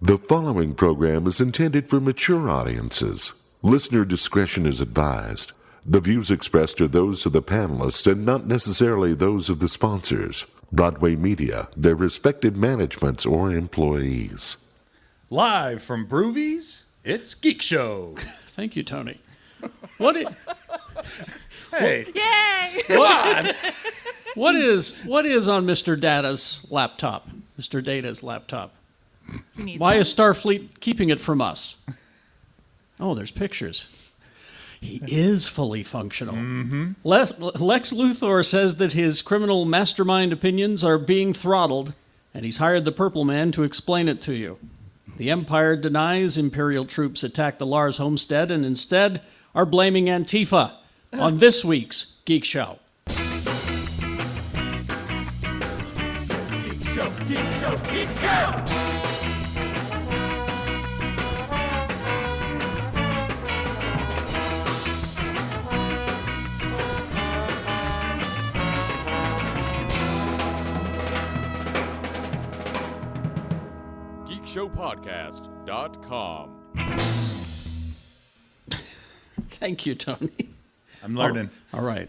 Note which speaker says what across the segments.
Speaker 1: The following program is intended for mature audiences. Listener discretion is advised. The views expressed are those of the panelists and not necessarily those of the sponsors, Broadway Media, their respective managements, or employees.
Speaker 2: Live from Broovies, it's Geek Show.
Speaker 3: Thank you, Tony. What i-
Speaker 2: Hey,
Speaker 4: Yay!
Speaker 3: what is what is on Mr. Data's laptop? Mr. Data's laptop.
Speaker 4: He needs
Speaker 3: Why
Speaker 4: one.
Speaker 3: is Starfleet keeping it from us? Oh, there's pictures. He is fully functional. Les, Lex Luthor says that his criminal mastermind opinions are being throttled, and he's hired the Purple Man to explain it to you. The Empire denies Imperial troops attacked the Lars homestead and instead are blaming Antifa on this week's Geek Show.
Speaker 5: geekshowpodcast.com.
Speaker 3: Thank you, Tony.
Speaker 2: I'm learning.
Speaker 3: All right.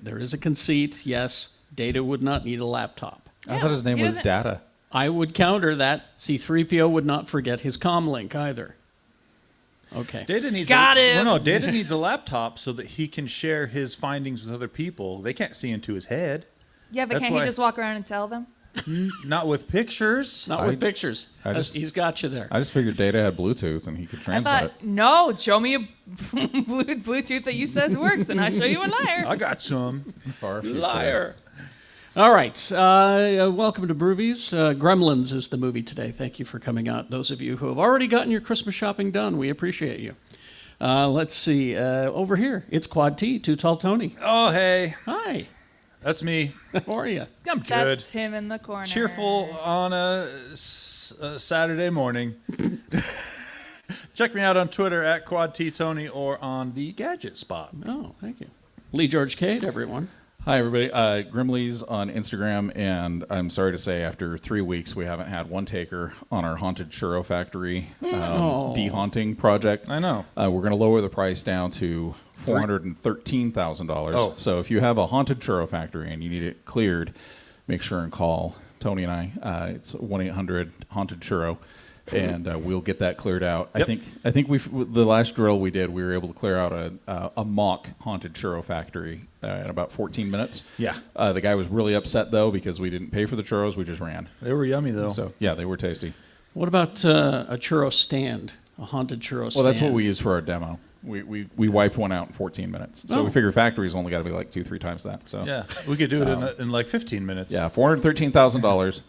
Speaker 3: There is a conceit. Yes, Data would not need a laptop.
Speaker 6: Oh, I thought his name
Speaker 4: he
Speaker 6: was
Speaker 4: doesn't-
Speaker 6: Data.
Speaker 3: I would counter that C3PO would not forget his comlink either. Okay.
Speaker 2: Data needs
Speaker 4: Got
Speaker 2: a,
Speaker 4: him.
Speaker 2: Well, no, Data needs a laptop so that he can share his findings with other people. They can't see into his head.
Speaker 4: Yeah, but
Speaker 2: That's
Speaker 4: can't
Speaker 2: why-
Speaker 4: he just walk around and tell them?
Speaker 2: Not with pictures.
Speaker 3: not
Speaker 6: I-
Speaker 3: with pictures.
Speaker 6: I
Speaker 3: That's-
Speaker 6: just-
Speaker 3: he's got you there.
Speaker 6: I just figured Data had Bluetooth and he could transmit.
Speaker 4: I thought, no, show me a Blu- Bluetooth that you says works, and I'll show you a liar.
Speaker 2: I got some.
Speaker 6: Far future.
Speaker 3: All right. Uh, uh, welcome to Broovies. Uh, Gremlins is the movie today. Thank you for coming out. Those of you who have already gotten your Christmas shopping done, we appreciate you. Uh, let's see. Uh, over here, it's Quad T, Too Tall Tony.
Speaker 2: Oh, hey,
Speaker 3: Hi.
Speaker 2: that's me.
Speaker 3: How are you?
Speaker 2: I'm good.
Speaker 4: That's him in the corner.
Speaker 2: Cheerful on a, s- a Saturday morning. Check me out on Twitter at Quad T Tony or on the Gadget Spot.
Speaker 3: Oh, thank you. Lee George Cade, everyone.
Speaker 6: Hi, everybody. Uh, Grimley's on Instagram, and I'm sorry to say, after three weeks, we haven't had one taker on our Haunted Churro Factory um, dehaunting project.
Speaker 2: Mm. I know.
Speaker 6: Uh, we're going to lower the price down to $413,000.
Speaker 2: Oh.
Speaker 6: So if you have a Haunted Churro Factory and you need it cleared, make sure and call Tony and I. Uh, it's 1 800 Haunted Churro. And uh, we'll get that cleared out. I
Speaker 2: Yep.
Speaker 6: think I think we the last drill we did, we were able to clear out a a, a mock haunted churro factory uh, in about 14 minutes.
Speaker 2: Yeah.
Speaker 6: Uh, the guy was really upset though because we didn't pay for the churros. We just ran.
Speaker 2: They were yummy though.
Speaker 6: So yeah, they were tasty.
Speaker 3: What about uh, a churro stand? A haunted churro stand?
Speaker 6: Well, that's what we used for our demo. We, we, we wiped one out in 14 minutes. So
Speaker 3: Oh.
Speaker 6: we figure factory's only got to be like two, three times that. So
Speaker 2: yeah, we could do it in, a, in like 15 minutes.
Speaker 6: um, yeah $413,000.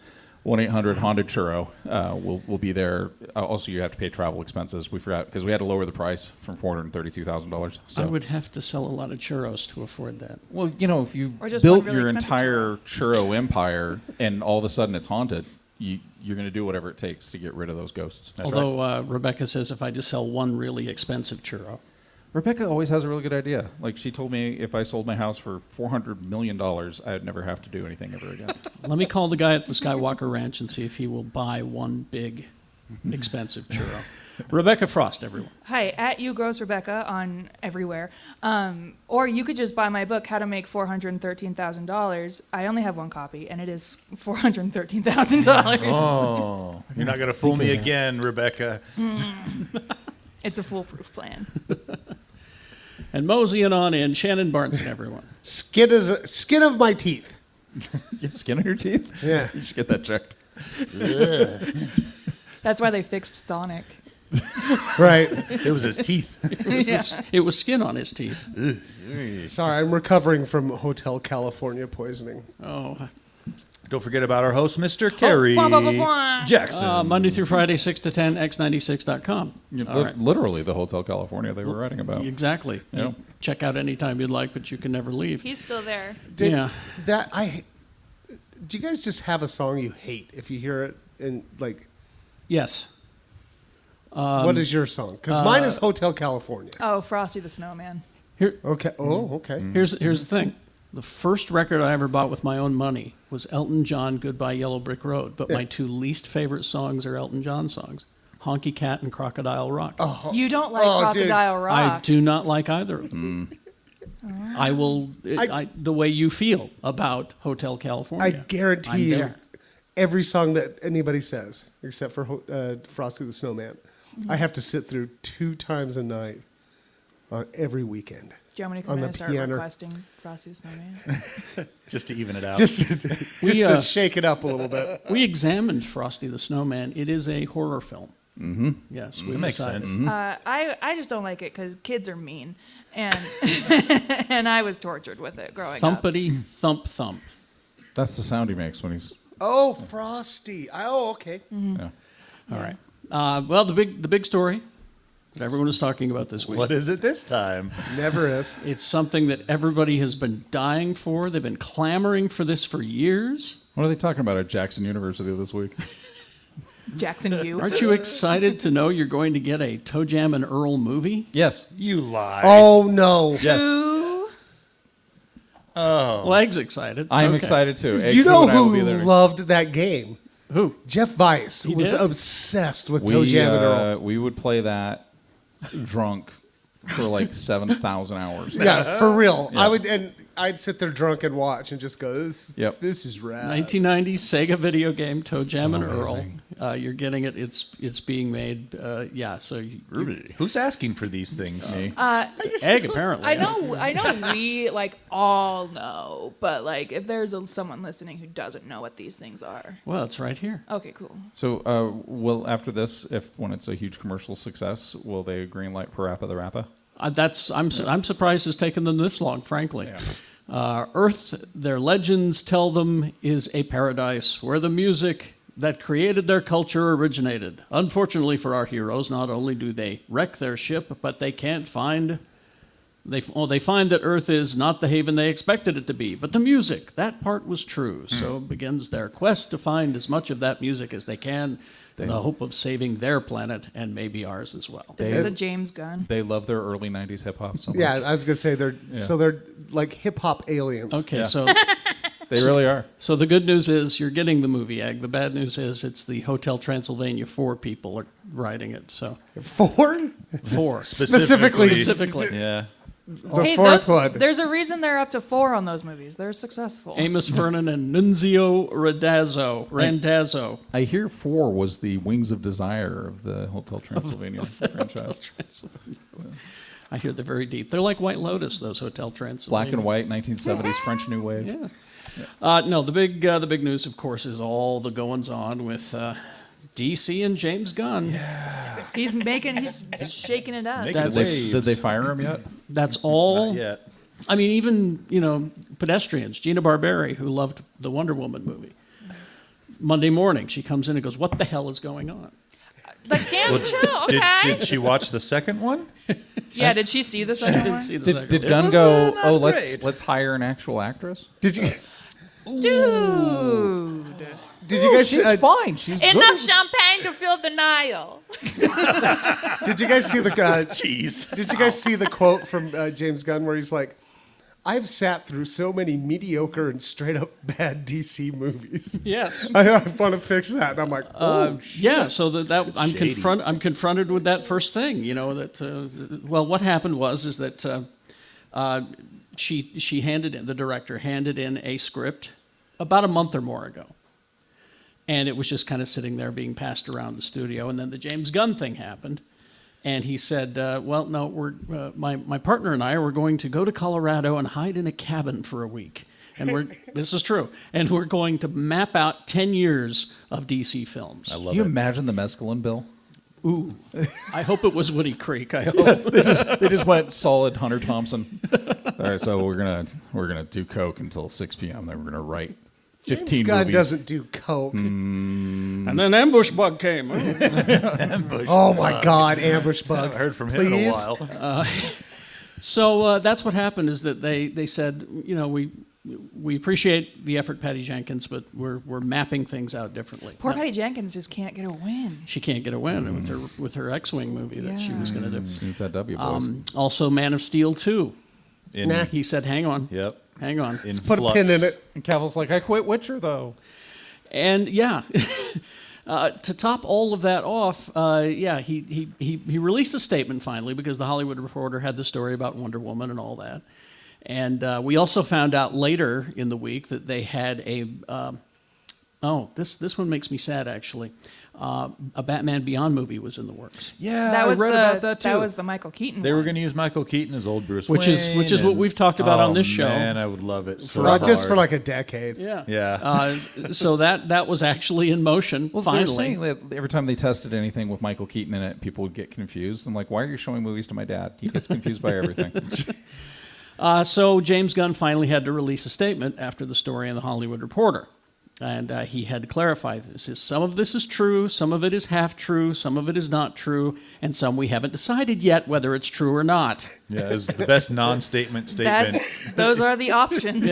Speaker 6: 1 800 Honda Churro. Uh, we'll, we'll be there. Uh, also, you have to pay travel expenses. We forgot because we had to lower the price from $432,000. So,
Speaker 3: I would have to sell a lot of churros to afford that.
Speaker 6: well, you know, if you
Speaker 4: Or just
Speaker 6: built
Speaker 4: one really
Speaker 6: your
Speaker 4: expensive
Speaker 6: entire churro empire and all of a sudden it's haunted, you, you're going to do whatever it takes to get rid of those ghosts.
Speaker 3: Although uh, Rebecca says if I just sell one really expensive churro,
Speaker 6: Rebecca always has a really good idea. Like she told me, if I sold my house for four hundred million dollars, I'd never have to do anything ever again.
Speaker 3: let me call the guy at the Skywalker Ranch and see if he will buy one big expensive churro. Rebecca Frost, everyone.
Speaker 4: Hi, at you grows Rebecca on everywhere. Um, or you could just buy my book, How to Make Four Hundred Thirteen Thousand Dollars. I only have one copy, and it is four hundred thirteen thousand dollars.
Speaker 2: Oh, you're not gonna fool me again, Rebecca.
Speaker 4: It's a foolproof plan.
Speaker 3: And moseying on in, Shannon Barnes and everyone.
Speaker 7: Skid is a, skin of my teeth.
Speaker 6: you have skin on your teeth?
Speaker 7: Yeah.
Speaker 6: You should get that checked.
Speaker 4: That's why they fixed Sonic.
Speaker 7: Right.
Speaker 2: It was his teeth.
Speaker 4: Yeah.
Speaker 3: It was skin on his teeth.
Speaker 7: Sorry, I'm recovering from Hotel California poisoning.
Speaker 3: Oh,
Speaker 2: Don't forget about our host, Mr. Kerry
Speaker 4: Oh, blah, blah, blah, blah.
Speaker 2: Jackson.
Speaker 3: uh, Monday through Friday, 6 to 10, x96.com. All
Speaker 6: Li-
Speaker 3: right.
Speaker 6: Literally, the Hotel California they were writing about.
Speaker 3: Exactly.
Speaker 6: Yeah.
Speaker 3: Check out anytime you'd like, but you can never leave.
Speaker 4: He's still there.
Speaker 7: Did
Speaker 3: Yeah.
Speaker 7: that I do you guys just have a song you hate if you hear it and like
Speaker 3: Yes.
Speaker 2: Um,
Speaker 7: what is your song?
Speaker 2: uh,
Speaker 7: Cuz mine is Hotel California.
Speaker 4: Oh, Frosty the Snowman.
Speaker 3: Here,
Speaker 2: Mm-hmm.
Speaker 7: Okay. Oh, okay.
Speaker 3: here's here's the thing. The first record I ever bought with my own money was Elton John Goodbye Yellow Brick Road, but my two least favorite songs are Elton John songs Honky Cat and Crocodile Rock.
Speaker 4: You don't like
Speaker 7: Oh, dude.
Speaker 4: Crocodile
Speaker 3: I
Speaker 4: Rock.
Speaker 3: do not like either of them. I will, it, Mm. I, the way you feel about Hotel
Speaker 7: I
Speaker 3: California.
Speaker 7: guarantee
Speaker 3: I'm
Speaker 7: you,
Speaker 3: there.
Speaker 7: every song that anybody says, except for Ho- uh, Frosty the Snowman,
Speaker 2: Mm-hmm.
Speaker 7: I have to sit through two times a night on every weekend.
Speaker 4: Do you want me to come
Speaker 7: on
Speaker 4: in
Speaker 7: the
Speaker 4: and start
Speaker 7: piano.
Speaker 4: requesting Frosty the Snowman?
Speaker 2: just to even it out.
Speaker 7: Just, to- just
Speaker 3: We,
Speaker 7: to
Speaker 3: uh,
Speaker 7: shake it up a little bit.
Speaker 3: We examined Frosty the Snowman. It is a horror film. Mm-hmm. Yes, we
Speaker 2: That makes
Speaker 3: decided.
Speaker 2: sense.
Speaker 4: uh, I I just don't like it because kids are mean, and and I was tortured with it growing up.
Speaker 3: Thumpity thump thump.
Speaker 6: That's the sound he makes when he's.
Speaker 7: Oh, Frosty. Oh, okay.
Speaker 6: yeah.
Speaker 3: All right. Uh, well, the big the big story that everyone is talking about this week.
Speaker 2: What is it this time?
Speaker 7: Never is.
Speaker 3: It's something that everybody has been dying for. They've been clamoring for this for years.
Speaker 6: What are they talking about at Jackson University this week?
Speaker 4: Jackson U.
Speaker 3: Aren't you excited to know you're going to get a Toe Jam and Earl movie?
Speaker 6: yes.
Speaker 2: You lie.
Speaker 7: Oh, no.
Speaker 6: Yes.
Speaker 3: Leg's excited.
Speaker 6: Oh. I am
Speaker 3: Okay.
Speaker 6: excited too.
Speaker 7: you
Speaker 6: Egg
Speaker 7: know
Speaker 6: and I will
Speaker 7: who
Speaker 6: be there.
Speaker 7: loved that game?
Speaker 3: Who?
Speaker 7: Jeff Weiss
Speaker 3: He
Speaker 7: was
Speaker 3: did?
Speaker 7: obsessed with
Speaker 6: we,
Speaker 7: Toe Jam and
Speaker 6: uh,
Speaker 7: Earl.
Speaker 6: we would play that drunk for like 7,000 hours.
Speaker 7: Yeah, for real.
Speaker 6: Yeah.
Speaker 7: I would, and I'd sit there drunk and watch and just go, "This,
Speaker 6: Yep.
Speaker 7: this is rad."
Speaker 3: 1990 Sega video game Toe Jam and Earl.
Speaker 6: amazing.
Speaker 3: Uh, you're getting it. It's it's being made. Uh, yeah. So you,
Speaker 2: Who's asking for these things?
Speaker 6: Me.
Speaker 3: egg apparently.
Speaker 4: Uh, I know, I know. We like all know, but like, if there's a, someone listening who doesn't know what these things are,
Speaker 3: Well, it's right here.
Speaker 4: okay, cool.
Speaker 6: So, uh, will after this, if when it's a huge commercial success, will they green light Parappa the Rappa?
Speaker 3: Uh, that's I'm su- I'm surprised it's taken them this long, frankly. Uh, Earth, their legends tell them, is a paradise where the music that created their culture originated. Unfortunately for our heroes, not only do they wreck their ship, but they can't find. They, f- well, they find that Earth is not the haven they expected it to be, but the music, that part was true. So begins their quest to find as much of that music as they can, in the hope of saving their planet and maybe ours as well.
Speaker 4: Is this a James Gunn?
Speaker 6: They love their early '90s hip hop so much.
Speaker 7: Yeah, I was gonna say they're so they're like hip hop aliens.
Speaker 3: Okay,
Speaker 6: Yeah.
Speaker 3: so
Speaker 6: they really are.
Speaker 3: So the good news is you're getting the movie egg. The bad news is it's the Hotel Transylvania four people are writing it. So
Speaker 7: Four
Speaker 3: four
Speaker 7: Specifically.
Speaker 3: specifically.
Speaker 6: Yeah.
Speaker 7: the
Speaker 4: Hey,
Speaker 7: fourth
Speaker 4: those-
Speaker 7: one.
Speaker 4: There's a reason they're up to four on those movies. They're successful.
Speaker 3: Amos Vernon and Nunzio Randazzo. Randazzo.
Speaker 6: I hear four was the Wings of Desire of the Hotel Transylvania franchise.
Speaker 3: Transylvania. I hear they're very deep. They're like White Lotus, those Hotel Transylvania.
Speaker 6: Black and white, 1970s French New Wave.
Speaker 3: Yeah. Uh, no, the big uh, the big news, of course, is all the goings on with uh, DC and James Gunn.
Speaker 4: He's making, he's shaking it up.
Speaker 2: Making
Speaker 6: Did,
Speaker 3: That's-
Speaker 6: they, did they fire him yet?
Speaker 3: That's all.
Speaker 2: Yeah.
Speaker 3: I mean, even you know, pedestrians. Gina Barberi, who loved the Wonder Woman movie, Monday morning she comes in and goes, "What the hell is going on?"
Speaker 4: Like, damn, chill,
Speaker 2: Did,
Speaker 4: okay.
Speaker 2: did she watch the second one?
Speaker 4: yeah, did she see the
Speaker 3: I
Speaker 4: second
Speaker 3: didn't
Speaker 4: one?
Speaker 3: see the
Speaker 6: Did,
Speaker 3: second
Speaker 6: did
Speaker 3: one.
Speaker 6: Gunn
Speaker 2: was, uh,
Speaker 6: go?
Speaker 2: not
Speaker 6: Oh,
Speaker 2: great."
Speaker 6: let's let's hire an actual actress.
Speaker 7: Did you
Speaker 4: Dude.
Speaker 7: did you guys
Speaker 6: She's
Speaker 7: uh,
Speaker 6: fine. She's good.
Speaker 4: Enough champagne to fill the Nile.
Speaker 7: did you guys see the uh,
Speaker 2: Jeez.
Speaker 7: did you guys see the quote from uh, James Gunn where he's like, "I've sat through so many mediocre and straight up bad DC movies.
Speaker 3: Yes. Uh,
Speaker 7: I, I want to fix that." And I'm like, "Oh,
Speaker 3: Yeah. So that, that I'm confront I'm confronted with that first thing. You know that. Uh, well, what happened was is that uh, uh, she she handed in the director handed in a script about a month or more ago. and it was just kind of sitting there being passed around the studio. And then the James Gunn thing happened, and he said, uh, "Well, no, we're uh, my my partner and I were going to go to Colorado and hide in a cabin for a week, and we're this is true, and we're going to map out ten years of DC films.
Speaker 6: Can you imagine the mescaline bill?
Speaker 3: Ooh, I hope it was Woody Creek. I hope
Speaker 6: they just they just went solid Hunter Thompson. All right, so we're gonna we're gonna do coke until six p.m. Then we're gonna write fifteen
Speaker 7: James Gunn
Speaker 6: movies.
Speaker 7: doesn't do coke.
Speaker 2: Mm.
Speaker 3: and then Ambush Bug came.
Speaker 7: Oh my God, ambush bug.
Speaker 2: I've uh, heard from him
Speaker 7: Please.
Speaker 2: in a while.
Speaker 3: So uh, that's what happened is that they, they said, you know, we we appreciate the effort, Patty Jenkins, but we're, we're mapping things out differently.
Speaker 4: Poor
Speaker 3: Now-
Speaker 4: Patty Jenkins just can't get a win.
Speaker 3: she can't get a win
Speaker 2: Mm.
Speaker 3: with her with her X-wing movie that she was going to do.
Speaker 6: It's that W boys.
Speaker 3: Um, also, Man of Steel two.
Speaker 2: In-
Speaker 3: He said, "Hang on,
Speaker 2: Yep.
Speaker 3: Hang on.
Speaker 7: Let's put a pin in it.
Speaker 6: And Cavill's like, I quit Witcher though.
Speaker 3: And yeah, uh, to top all of that off, uh, yeah, he, he, he, he released a statement finally because the Hollywood Reporter had the story about Wonder Woman and all that. And uh, we also found out later in the week that they had a. Um, oh, this, this one makes me sad actually. Uh, a Batman Beyond movie was in the works,
Speaker 2: Yeah,
Speaker 4: that
Speaker 2: I
Speaker 4: was
Speaker 2: read
Speaker 4: the
Speaker 2: about that too.
Speaker 4: was the Michael Keaton.
Speaker 2: they were
Speaker 4: one.
Speaker 2: going to use Michael Keaton as old Bruce
Speaker 3: Which is- which is what
Speaker 2: Wayne,
Speaker 3: we've talked about
Speaker 2: and-
Speaker 3: on this show.
Speaker 2: Oh, Man, I would love it so
Speaker 7: Not uh, just
Speaker 2: hard.
Speaker 7: for like a decade.
Speaker 3: yeah,
Speaker 2: yeah.
Speaker 3: Uh, so that that was actually in motion
Speaker 6: Well,
Speaker 3: finally.
Speaker 6: they were saying that every time they tested anything with Michael Keaton in it, people would get confused. I'm like, why are you showing movies to my dad? He gets confused by everything.
Speaker 3: Uh, so James Gunn finally had to release a statement after the story in the Hollywood Reporter, and uh, he had to clarify this: is some of this is true, some of it is half true, some of it is not true, and some we haven't decided yet whether it's true or not.
Speaker 2: Yeah, it was the best non-statement statement.
Speaker 4: That, those are the options.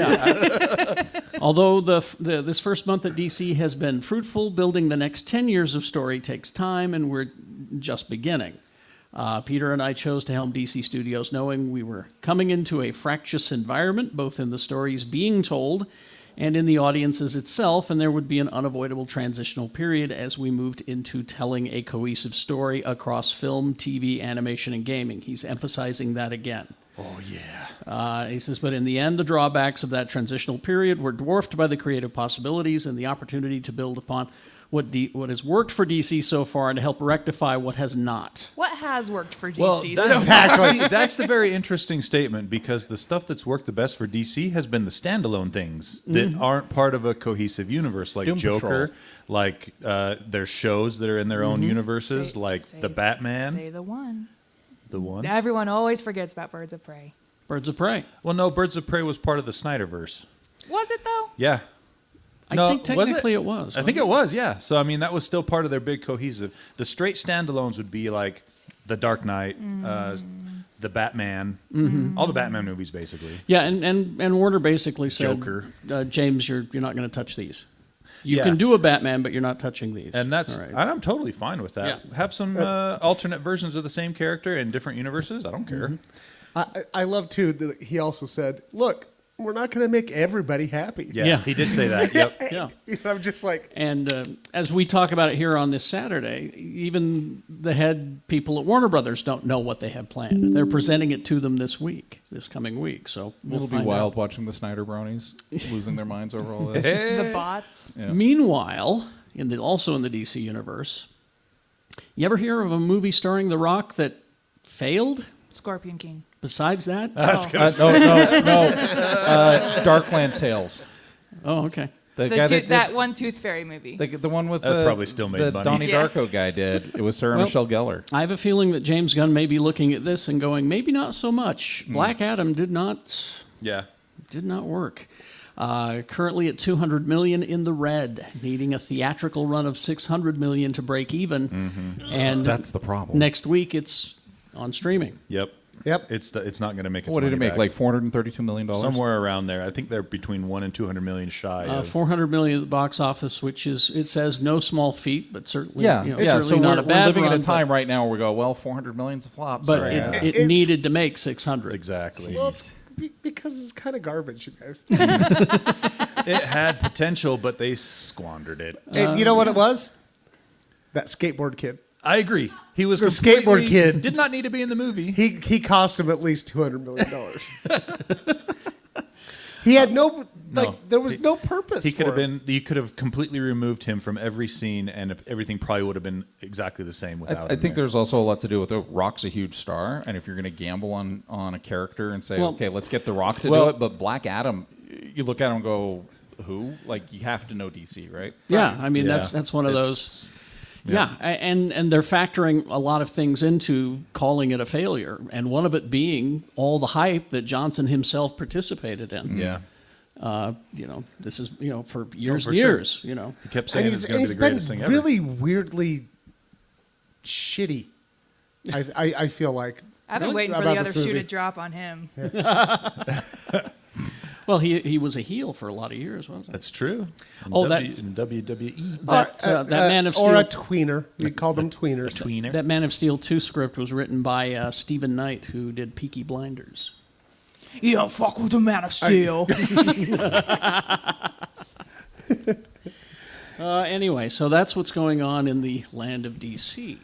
Speaker 3: Although the, f- the this first month at DC has been fruitful, building the next ten years of story takes time, and we're just beginning. Uh, Peter and I chose to helm DC Studios, knowing we were coming into a fractious environment, both in the stories being told and in the audiences itself, and there would be an unavoidable transitional period as we moved into telling a cohesive story across film, TV, animation, and gaming. He's emphasizing that again. Uh, he says, but in the end, the drawbacks of that transitional period were dwarfed by the creative possibilities and the opportunity to build upon what, D- what has worked for DC so far and to help rectify what has not.
Speaker 4: What has worked for DC?
Speaker 2: well,
Speaker 4: so
Speaker 2: that's, see, that's the very interesting statement because the stuff that's worked the best for DC has been the standalone things that
Speaker 3: Mm-hmm.
Speaker 2: aren't part of a cohesive universe, like
Speaker 6: Doom Patrol.
Speaker 2: Joker, like uh, their shows that are in their own
Speaker 3: Mm-hmm.
Speaker 2: universes,
Speaker 4: Say-
Speaker 2: like
Speaker 4: say-
Speaker 2: the Batman,
Speaker 4: Say the one.
Speaker 2: the one.
Speaker 4: Everyone always forgets about Birds of Prey.
Speaker 3: Birds of Prey.
Speaker 2: well, no, Birds of Prey was part of the Snyderverse.
Speaker 4: Was it though?
Speaker 2: Yeah,
Speaker 3: I
Speaker 2: No,
Speaker 3: think
Speaker 2: was
Speaker 3: technically it, was.
Speaker 2: I think it was, yeah. So I mean, that was still part of their big cohesive. The straight standalones would be like the Dark Knight, uh,
Speaker 3: Mm.
Speaker 2: the Batman,
Speaker 3: Mm-hmm.
Speaker 2: all the Batman movies, basically.
Speaker 3: Yeah, and, and, and Warner basically said,
Speaker 2: Joker.
Speaker 3: Uh, James, you're, you're not going to touch these. You
Speaker 2: Yeah.
Speaker 3: can do a Batman, but you're not touching these.
Speaker 2: And that's
Speaker 3: All right.
Speaker 2: and I'm totally fine with that.
Speaker 3: Yeah.
Speaker 2: Have some uh, alternate versions of the same character in different universes. I don't
Speaker 3: Mm-hmm.
Speaker 2: care.
Speaker 7: I, I I love too that he also said, look, we're not going to make everybody happy.
Speaker 2: Yeah,
Speaker 3: Yeah.
Speaker 2: he did say that. yep.
Speaker 3: yeah.
Speaker 7: I'm just like,
Speaker 3: And uh, as we talk about it here on this Saturday, even the head people at Warner Brothers don't know what they have planned. They're presenting it to them this week, this coming week. So we'll
Speaker 6: It'll be
Speaker 3: find
Speaker 6: wild
Speaker 3: out.
Speaker 6: watching the Snyder Brownies losing their minds over all this.
Speaker 2: Eh.
Speaker 4: The bots.
Speaker 6: Yeah.
Speaker 3: Meanwhile, in the, also in the DC universe, you ever hear of a movie starring The Rock that failed?
Speaker 4: Scorpion King.
Speaker 3: Besides that,
Speaker 4: Oh.
Speaker 6: Uh, no, no, no. Uh, Darkland Tales.
Speaker 3: oh okay.
Speaker 6: The,
Speaker 4: The
Speaker 6: guy
Speaker 4: tooth-
Speaker 6: that,
Speaker 4: that one Tooth Fairy movie.
Speaker 6: the, the one with
Speaker 2: That
Speaker 6: the,
Speaker 2: probably still made
Speaker 6: the
Speaker 2: money.
Speaker 6: Donnie
Speaker 4: Yeah.
Speaker 6: Darko guy did. It was Sarah
Speaker 3: Well-
Speaker 6: Michelle Gellar.
Speaker 3: I have a feeling that James Gunn may be looking at this and going, maybe not so much.
Speaker 6: Hmm.
Speaker 3: Black Adam did not
Speaker 2: Yeah.
Speaker 3: did not work. Uh, currently at 200 million in the red, needing a theatrical run of 600 million to break even. And
Speaker 6: That's the problem.
Speaker 3: next week it's on streaming.
Speaker 2: Yep.
Speaker 7: Yep.
Speaker 2: It's the, it's not going to make. Its
Speaker 6: what did it
Speaker 2: money
Speaker 6: make?
Speaker 2: back.
Speaker 6: Like four hundred and thirty-two million dollars.
Speaker 2: somewhere around there? I think they're between one and two hundred million shy.
Speaker 3: Uh,
Speaker 2: of,
Speaker 3: 400 million at the box office, which is it says no small feat, but certainly
Speaker 6: Yeah,
Speaker 3: you know,
Speaker 6: yeah.
Speaker 3: certainly
Speaker 6: So
Speaker 3: not
Speaker 6: we're,
Speaker 3: a bad
Speaker 6: we're living
Speaker 3: run,
Speaker 6: at a time right now where we go, well, four hundred million's a flop.
Speaker 3: But, but
Speaker 6: sorry, guys.
Speaker 3: it, it
Speaker 7: It's-
Speaker 3: needed to make 600.
Speaker 2: exactly.
Speaker 7: well, it's be- because it's kind of garbage, you guys.
Speaker 2: it had potential, but they squandered it.
Speaker 7: and you know what it was? That skateboard kid.
Speaker 2: I agree. He was
Speaker 7: The skateboard
Speaker 2: completely-
Speaker 7: kid.
Speaker 2: Did not need to be in the movie.
Speaker 7: He he cost him at least two hundred million dollars. he had no like.
Speaker 2: No.
Speaker 7: There was
Speaker 2: He-
Speaker 7: no purpose.
Speaker 2: He could
Speaker 7: for
Speaker 2: have
Speaker 7: him.
Speaker 2: been. You could have completely removed him from every scene, and everything probably would have been exactly the same
Speaker 6: I,
Speaker 2: without.
Speaker 6: I
Speaker 2: him
Speaker 6: think
Speaker 2: there.
Speaker 6: there's also a lot to do with the Rock's a huge star, and if you're going to gamble on on a character and say,
Speaker 3: Well-
Speaker 6: okay, let's get the Rock to do
Speaker 2: Well-
Speaker 6: it, but Black Adam, you look at him and go, who? Like you have to know DC, right?
Speaker 3: Yeah, I mean
Speaker 2: Yeah.
Speaker 3: that's that's one of
Speaker 2: It's-
Speaker 3: those Yeah. a and and they're factoring a lot of things into calling it a failure, and one of it being all the hype that Johnson himself participated in.
Speaker 6: Yeah.
Speaker 3: uh, you know, this is you know for
Speaker 2: Oh,
Speaker 3: years
Speaker 2: for
Speaker 3: and
Speaker 2: sure.
Speaker 3: years. You know,
Speaker 2: He kept
Speaker 7: And
Speaker 2: saying it's
Speaker 7: he's,
Speaker 2: going
Speaker 7: and
Speaker 2: to
Speaker 7: he's
Speaker 2: be the greatest
Speaker 7: been
Speaker 2: thing
Speaker 7: really weirdly shitty. I, I I feel like
Speaker 4: I've been
Speaker 3: Really?
Speaker 4: waiting for
Speaker 7: About
Speaker 4: the other
Speaker 7: this
Speaker 4: shoe to
Speaker 7: movie.
Speaker 4: drop on him.
Speaker 3: well, he he was a heel for a lot of years, wasn't
Speaker 2: ever.
Speaker 3: he?
Speaker 2: That's true. In
Speaker 3: Oh,
Speaker 2: w, E
Speaker 3: that-
Speaker 2: in WWE.
Speaker 3: That, uh,
Speaker 7: Or,
Speaker 3: that
Speaker 7: uh,
Speaker 3: Man of
Speaker 7: or
Speaker 3: Steel,
Speaker 7: a tweener. We call them tweeners.
Speaker 2: Tweener.
Speaker 3: that Man of Steel two script was written by uh, Stephen Knight, who did Peaky Blinders.
Speaker 4: You don't fuck with a man of steel.
Speaker 3: Uh, anyway, so that's what's going on in the land of DC.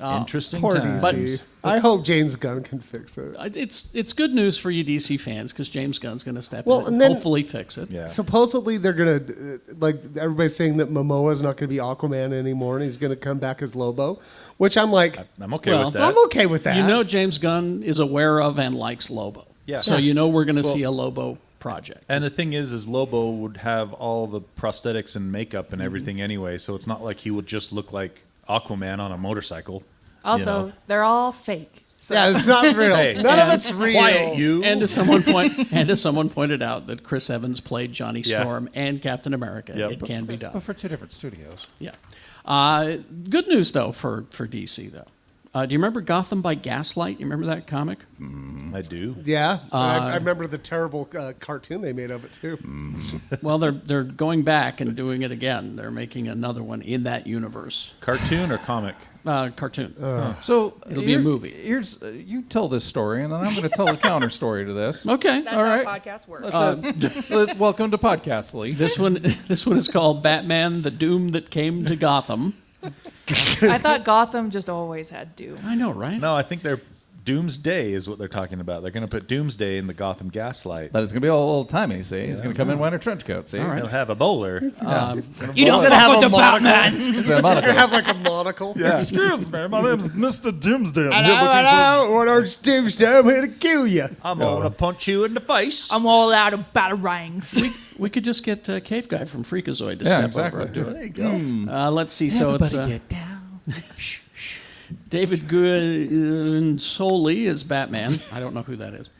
Speaker 3: Uh,
Speaker 6: Interesting
Speaker 7: Poor
Speaker 6: times.
Speaker 7: DC. I hope James Gunn can fix it.
Speaker 3: I- It's it's good news for you DC fans because James Gunn's going to step
Speaker 7: Well,
Speaker 3: in and,
Speaker 7: and then-
Speaker 3: hopefully fix it.
Speaker 6: Yeah.
Speaker 7: Supposedly they're gonna uh, like everybody's saying that Momoa's not gonna be Aquaman anymore, and he's gonna come back as Lobo, which I'm like,
Speaker 2: I'm okay
Speaker 3: Well,
Speaker 2: with that.
Speaker 7: I'm okay with that.
Speaker 3: You know, James Gunn is aware of and likes Lobo.
Speaker 2: Yeah.
Speaker 3: So
Speaker 2: Yeah.
Speaker 3: you know we're going to see a Lobo project.
Speaker 2: And the thing is, is Lobo would have all the prosthetics and makeup and everything anyway, so it's not like he would just look like Aquaman on a motorcycle.
Speaker 4: also,
Speaker 2: know.
Speaker 4: they're all fake. So
Speaker 7: yeah, it's not real.
Speaker 2: Hey.
Speaker 7: None
Speaker 3: And-
Speaker 7: of it's real.
Speaker 2: Quiet you.
Speaker 3: And as someone point, and as someone pointed out that Chris Evans played Johnny
Speaker 2: Yeah.
Speaker 3: Storm and Captain America,
Speaker 2: Yep.
Speaker 3: it can be done.
Speaker 6: But for two different studios.
Speaker 3: Yeah. Uh, good news though for for DC though. Uh, do you remember Gotham by Gaslight? You remember that comic?
Speaker 2: I do.
Speaker 7: Yeah, I, I remember the terrible uh, cartoon they made of it too.
Speaker 6: Mm.
Speaker 3: Well, they're they're going back and doing it again. They're making another one in that universe
Speaker 2: Cartoon or comic?
Speaker 3: uh, cartoon.
Speaker 6: So
Speaker 3: It'll be a
Speaker 6: here-
Speaker 3: movie.
Speaker 6: Here's uh, you tell this story, and then I'm going to tell a counter story to this.
Speaker 3: okay.
Speaker 4: that's
Speaker 6: All
Speaker 4: how
Speaker 6: right.
Speaker 4: podcasts work.
Speaker 6: Let's, uh, let's- welcome to Podcastly.
Speaker 3: Um, This one this one is called Batman: The Doom That Came to Gotham.
Speaker 4: I thought Gotham just always had doom.
Speaker 3: I know, right?
Speaker 2: No, I think they're Doomsday is what they're talking about. They're going to put Doomsday in the Gotham Gaslight.
Speaker 6: That is going to be all old timey. See, he's going to come in wearing a trench coat. See,
Speaker 2: They'll have a bowler.
Speaker 3: You don't
Speaker 7: gonna have
Speaker 3: fuck with
Speaker 7: a
Speaker 3: the Batman.
Speaker 6: He's a monocle.
Speaker 7: They have like a monocle.
Speaker 6: Excuse me, my name's Mr. Doomsday.
Speaker 7: Hello, hello, what are Steve's I'm here to kill you.
Speaker 2: I'm going to punch you in the face.
Speaker 4: I'm all out of batarangs.
Speaker 3: We could just get uh, Cave Guy from Freakazoid to
Speaker 6: Yeah,
Speaker 3: step
Speaker 6: exactly.
Speaker 3: over and do it.
Speaker 6: There you go.
Speaker 3: Uh, let's see. So it's uh, David Guinsoli is Batman. I don't know who that is.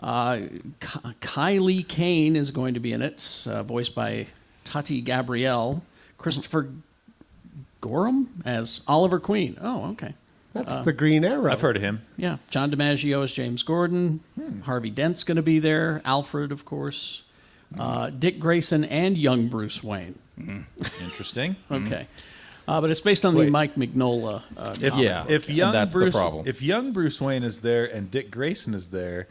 Speaker 3: Uh, Ki- Kylie Kane is going to be in it, uh, voiced by Tati Gabrielle. Christopher Gorham as Oliver Queen. Oh, okay.
Speaker 7: That's
Speaker 6: Uh,
Speaker 7: the Green Arrow.
Speaker 2: I've heard of him.
Speaker 3: Yeah, John DiMaggio as James Gordon.
Speaker 2: Hmm.
Speaker 3: Harvey Dent's going to be there. Alfred, of course.
Speaker 2: Hmm.
Speaker 3: Uh, Dick Grayson and young Bruce Wayne.
Speaker 2: Interesting.
Speaker 3: Okay, uh, but it's based on the
Speaker 2: Hmm. Wait.
Speaker 3: Mike Mignola. Uh,
Speaker 2: If,
Speaker 6: Yeah,
Speaker 2: if
Speaker 6: okay.
Speaker 2: young
Speaker 6: That's the
Speaker 2: Bruce,
Speaker 6: problem.
Speaker 2: If young Bruce Wayne is there and Dick Grayson is there,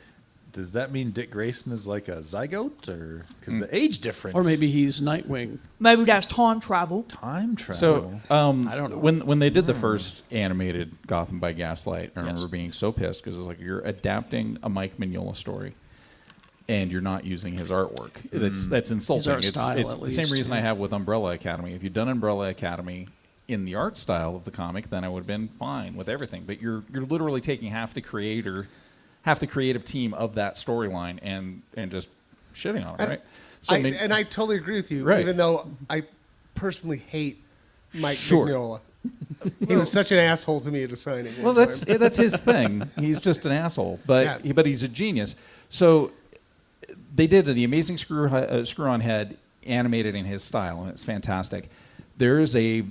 Speaker 2: does that mean Dick Grayson is like a zygote, or
Speaker 6: Hmm.
Speaker 2: because the age difference,
Speaker 3: or maybe he's Nightwing.
Speaker 4: Maybe that's time travel.
Speaker 2: time travel?
Speaker 6: So um,
Speaker 3: I don't know. Hmm.
Speaker 6: when when they did the first animated Gotham by Gaslight, I remember
Speaker 3: Yes.
Speaker 6: being so pissed because it's like you're adapting a Mike Mignola story, and you're not using his artwork. That's that's
Speaker 3: Hmm.
Speaker 6: insulting.
Speaker 3: art
Speaker 6: it's
Speaker 3: style,
Speaker 6: it's
Speaker 3: at
Speaker 6: the same
Speaker 3: least,
Speaker 6: reason I
Speaker 3: yeah.
Speaker 6: have with Umbrella Academy. If you'd done Umbrella Academy in the art style of the comic, then I would have been fine with everything. But you're you're literally taking half the creator, half the creative team of that storyline and and just shitting on it, right?
Speaker 7: I,
Speaker 6: may-
Speaker 7: and I totally agree with you,
Speaker 6: Right.
Speaker 7: even though I personally hate Mike
Speaker 6: Sure.
Speaker 7: Mignola. He was such an asshole to me at a signing.
Speaker 6: Well,
Speaker 7: one
Speaker 6: that's
Speaker 7: time.
Speaker 6: that's his thing. He's just an asshole, but
Speaker 7: Yeah.
Speaker 6: he- but he's a genius. So they did the amazing screw uh, screw on head animated in his style, and it's fantastic. There is a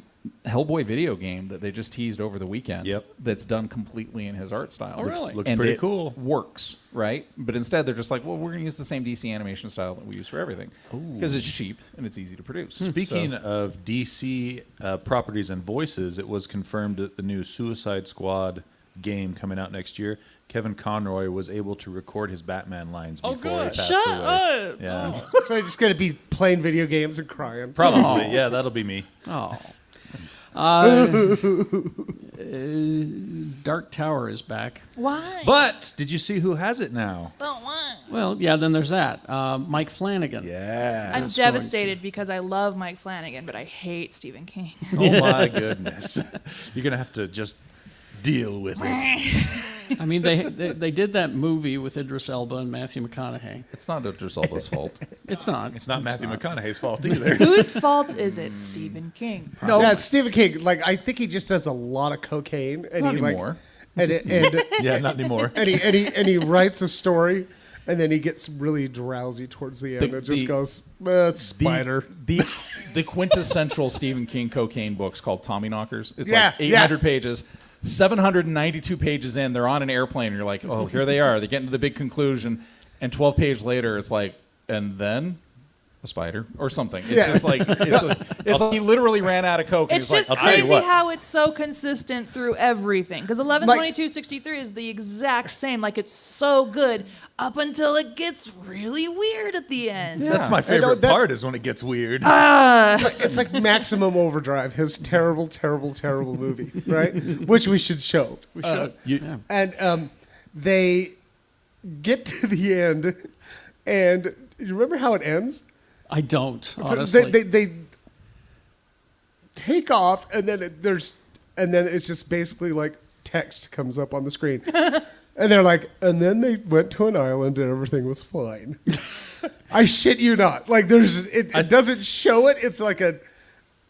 Speaker 6: Hellboy video game that they just teased over the weekend.
Speaker 2: Yep.
Speaker 6: that's done completely in his art style.
Speaker 3: Oh, really?
Speaker 2: Looks
Speaker 6: And
Speaker 2: pretty
Speaker 6: it
Speaker 2: cool.
Speaker 6: Works right, but instead they're just like, well, we're going to use the same DC animation style that we use for everything because it's cheap and it's easy to produce.
Speaker 2: Speaking
Speaker 6: Hmm, So-
Speaker 2: of DC uh, properties and voices, it was confirmed that the new Suicide Squad game coming out next year, Kevin Conroy was able to record his Batman lines
Speaker 3: Oh,
Speaker 2: before he
Speaker 3: good.
Speaker 2: passed
Speaker 4: Shut
Speaker 2: away.
Speaker 4: up.
Speaker 2: Yeah,
Speaker 7: so I'm just going to be playing video games and crying.
Speaker 2: probably. Yeah, that'll be me.
Speaker 3: Oh. Uh, uh, Dark Tower is back.
Speaker 4: Why?
Speaker 2: But did you see who has it now?
Speaker 4: Don't why?
Speaker 3: Well, yeah, then there's that. Uh, Mike Flanagan.
Speaker 2: Yeah.
Speaker 4: I'm devastated because I love Mike Flanagan, but I hate Stephen King.
Speaker 2: Oh my goodness. You're gonna have to just deal with it.
Speaker 3: I mean, they, they they did that movie with Idris Elba and Matthew McConaughey.
Speaker 6: it's not Dr. Salva's fault.
Speaker 3: It's not.
Speaker 2: It's not Matthew McConaughey's fault either.
Speaker 4: Whose fault is it, Stephen King?
Speaker 7: No, yeah, Stephen King. Like I think he just does a lot of cocaine, and
Speaker 6: Not
Speaker 7: he
Speaker 6: anymore.
Speaker 7: like, and it- and
Speaker 2: yeah, not anymore.
Speaker 7: and he, and he and he writes a story, and then he gets really drowsy towards the end,
Speaker 6: The-
Speaker 7: and just
Speaker 6: the-
Speaker 7: goes uh, it's
Speaker 6: The-
Speaker 7: spider.
Speaker 6: The, the quintessential Stephen King cocaine book's called Tommy Knockers. It's
Speaker 7: Yeah,
Speaker 6: like
Speaker 7: yeah.
Speaker 6: 800 pages. 792 pages in, they're on an airplane, and you're like, oh, here they are. They're getting to the big conclusion. And 12 pages later, it's like, and then? a spider or something. It's
Speaker 7: Yeah.
Speaker 6: just like it's, like- it's like he literally ran out of coke. and
Speaker 4: It's
Speaker 6: he's
Speaker 4: just
Speaker 6: like,
Speaker 2: tell you
Speaker 4: crazy
Speaker 2: what.
Speaker 4: how it's so consistent through everything. Because 11,
Speaker 7: Like-
Speaker 4: 22, 63 is the exact same. Like it's so good up until it gets really weird at the end.
Speaker 2: That's my
Speaker 7: I know
Speaker 2: favorite
Speaker 7: that-
Speaker 2: part is when it gets weird.
Speaker 7: It's like Maximum Overdrive, his terrible, terrible, terrible movie, right? Which we should show. We
Speaker 6: Uh,
Speaker 7: should. and um, they get to the end, and you remember how it ends?
Speaker 3: I don't
Speaker 7: So
Speaker 3: honestly.
Speaker 7: They, they, they take off, and then it, there's, and then it's just basically like text comes up on the screen, and they're like, and then they went to an island, and everything was fine. I shit you not. Like there's, it, it doesn't show it. It's like a.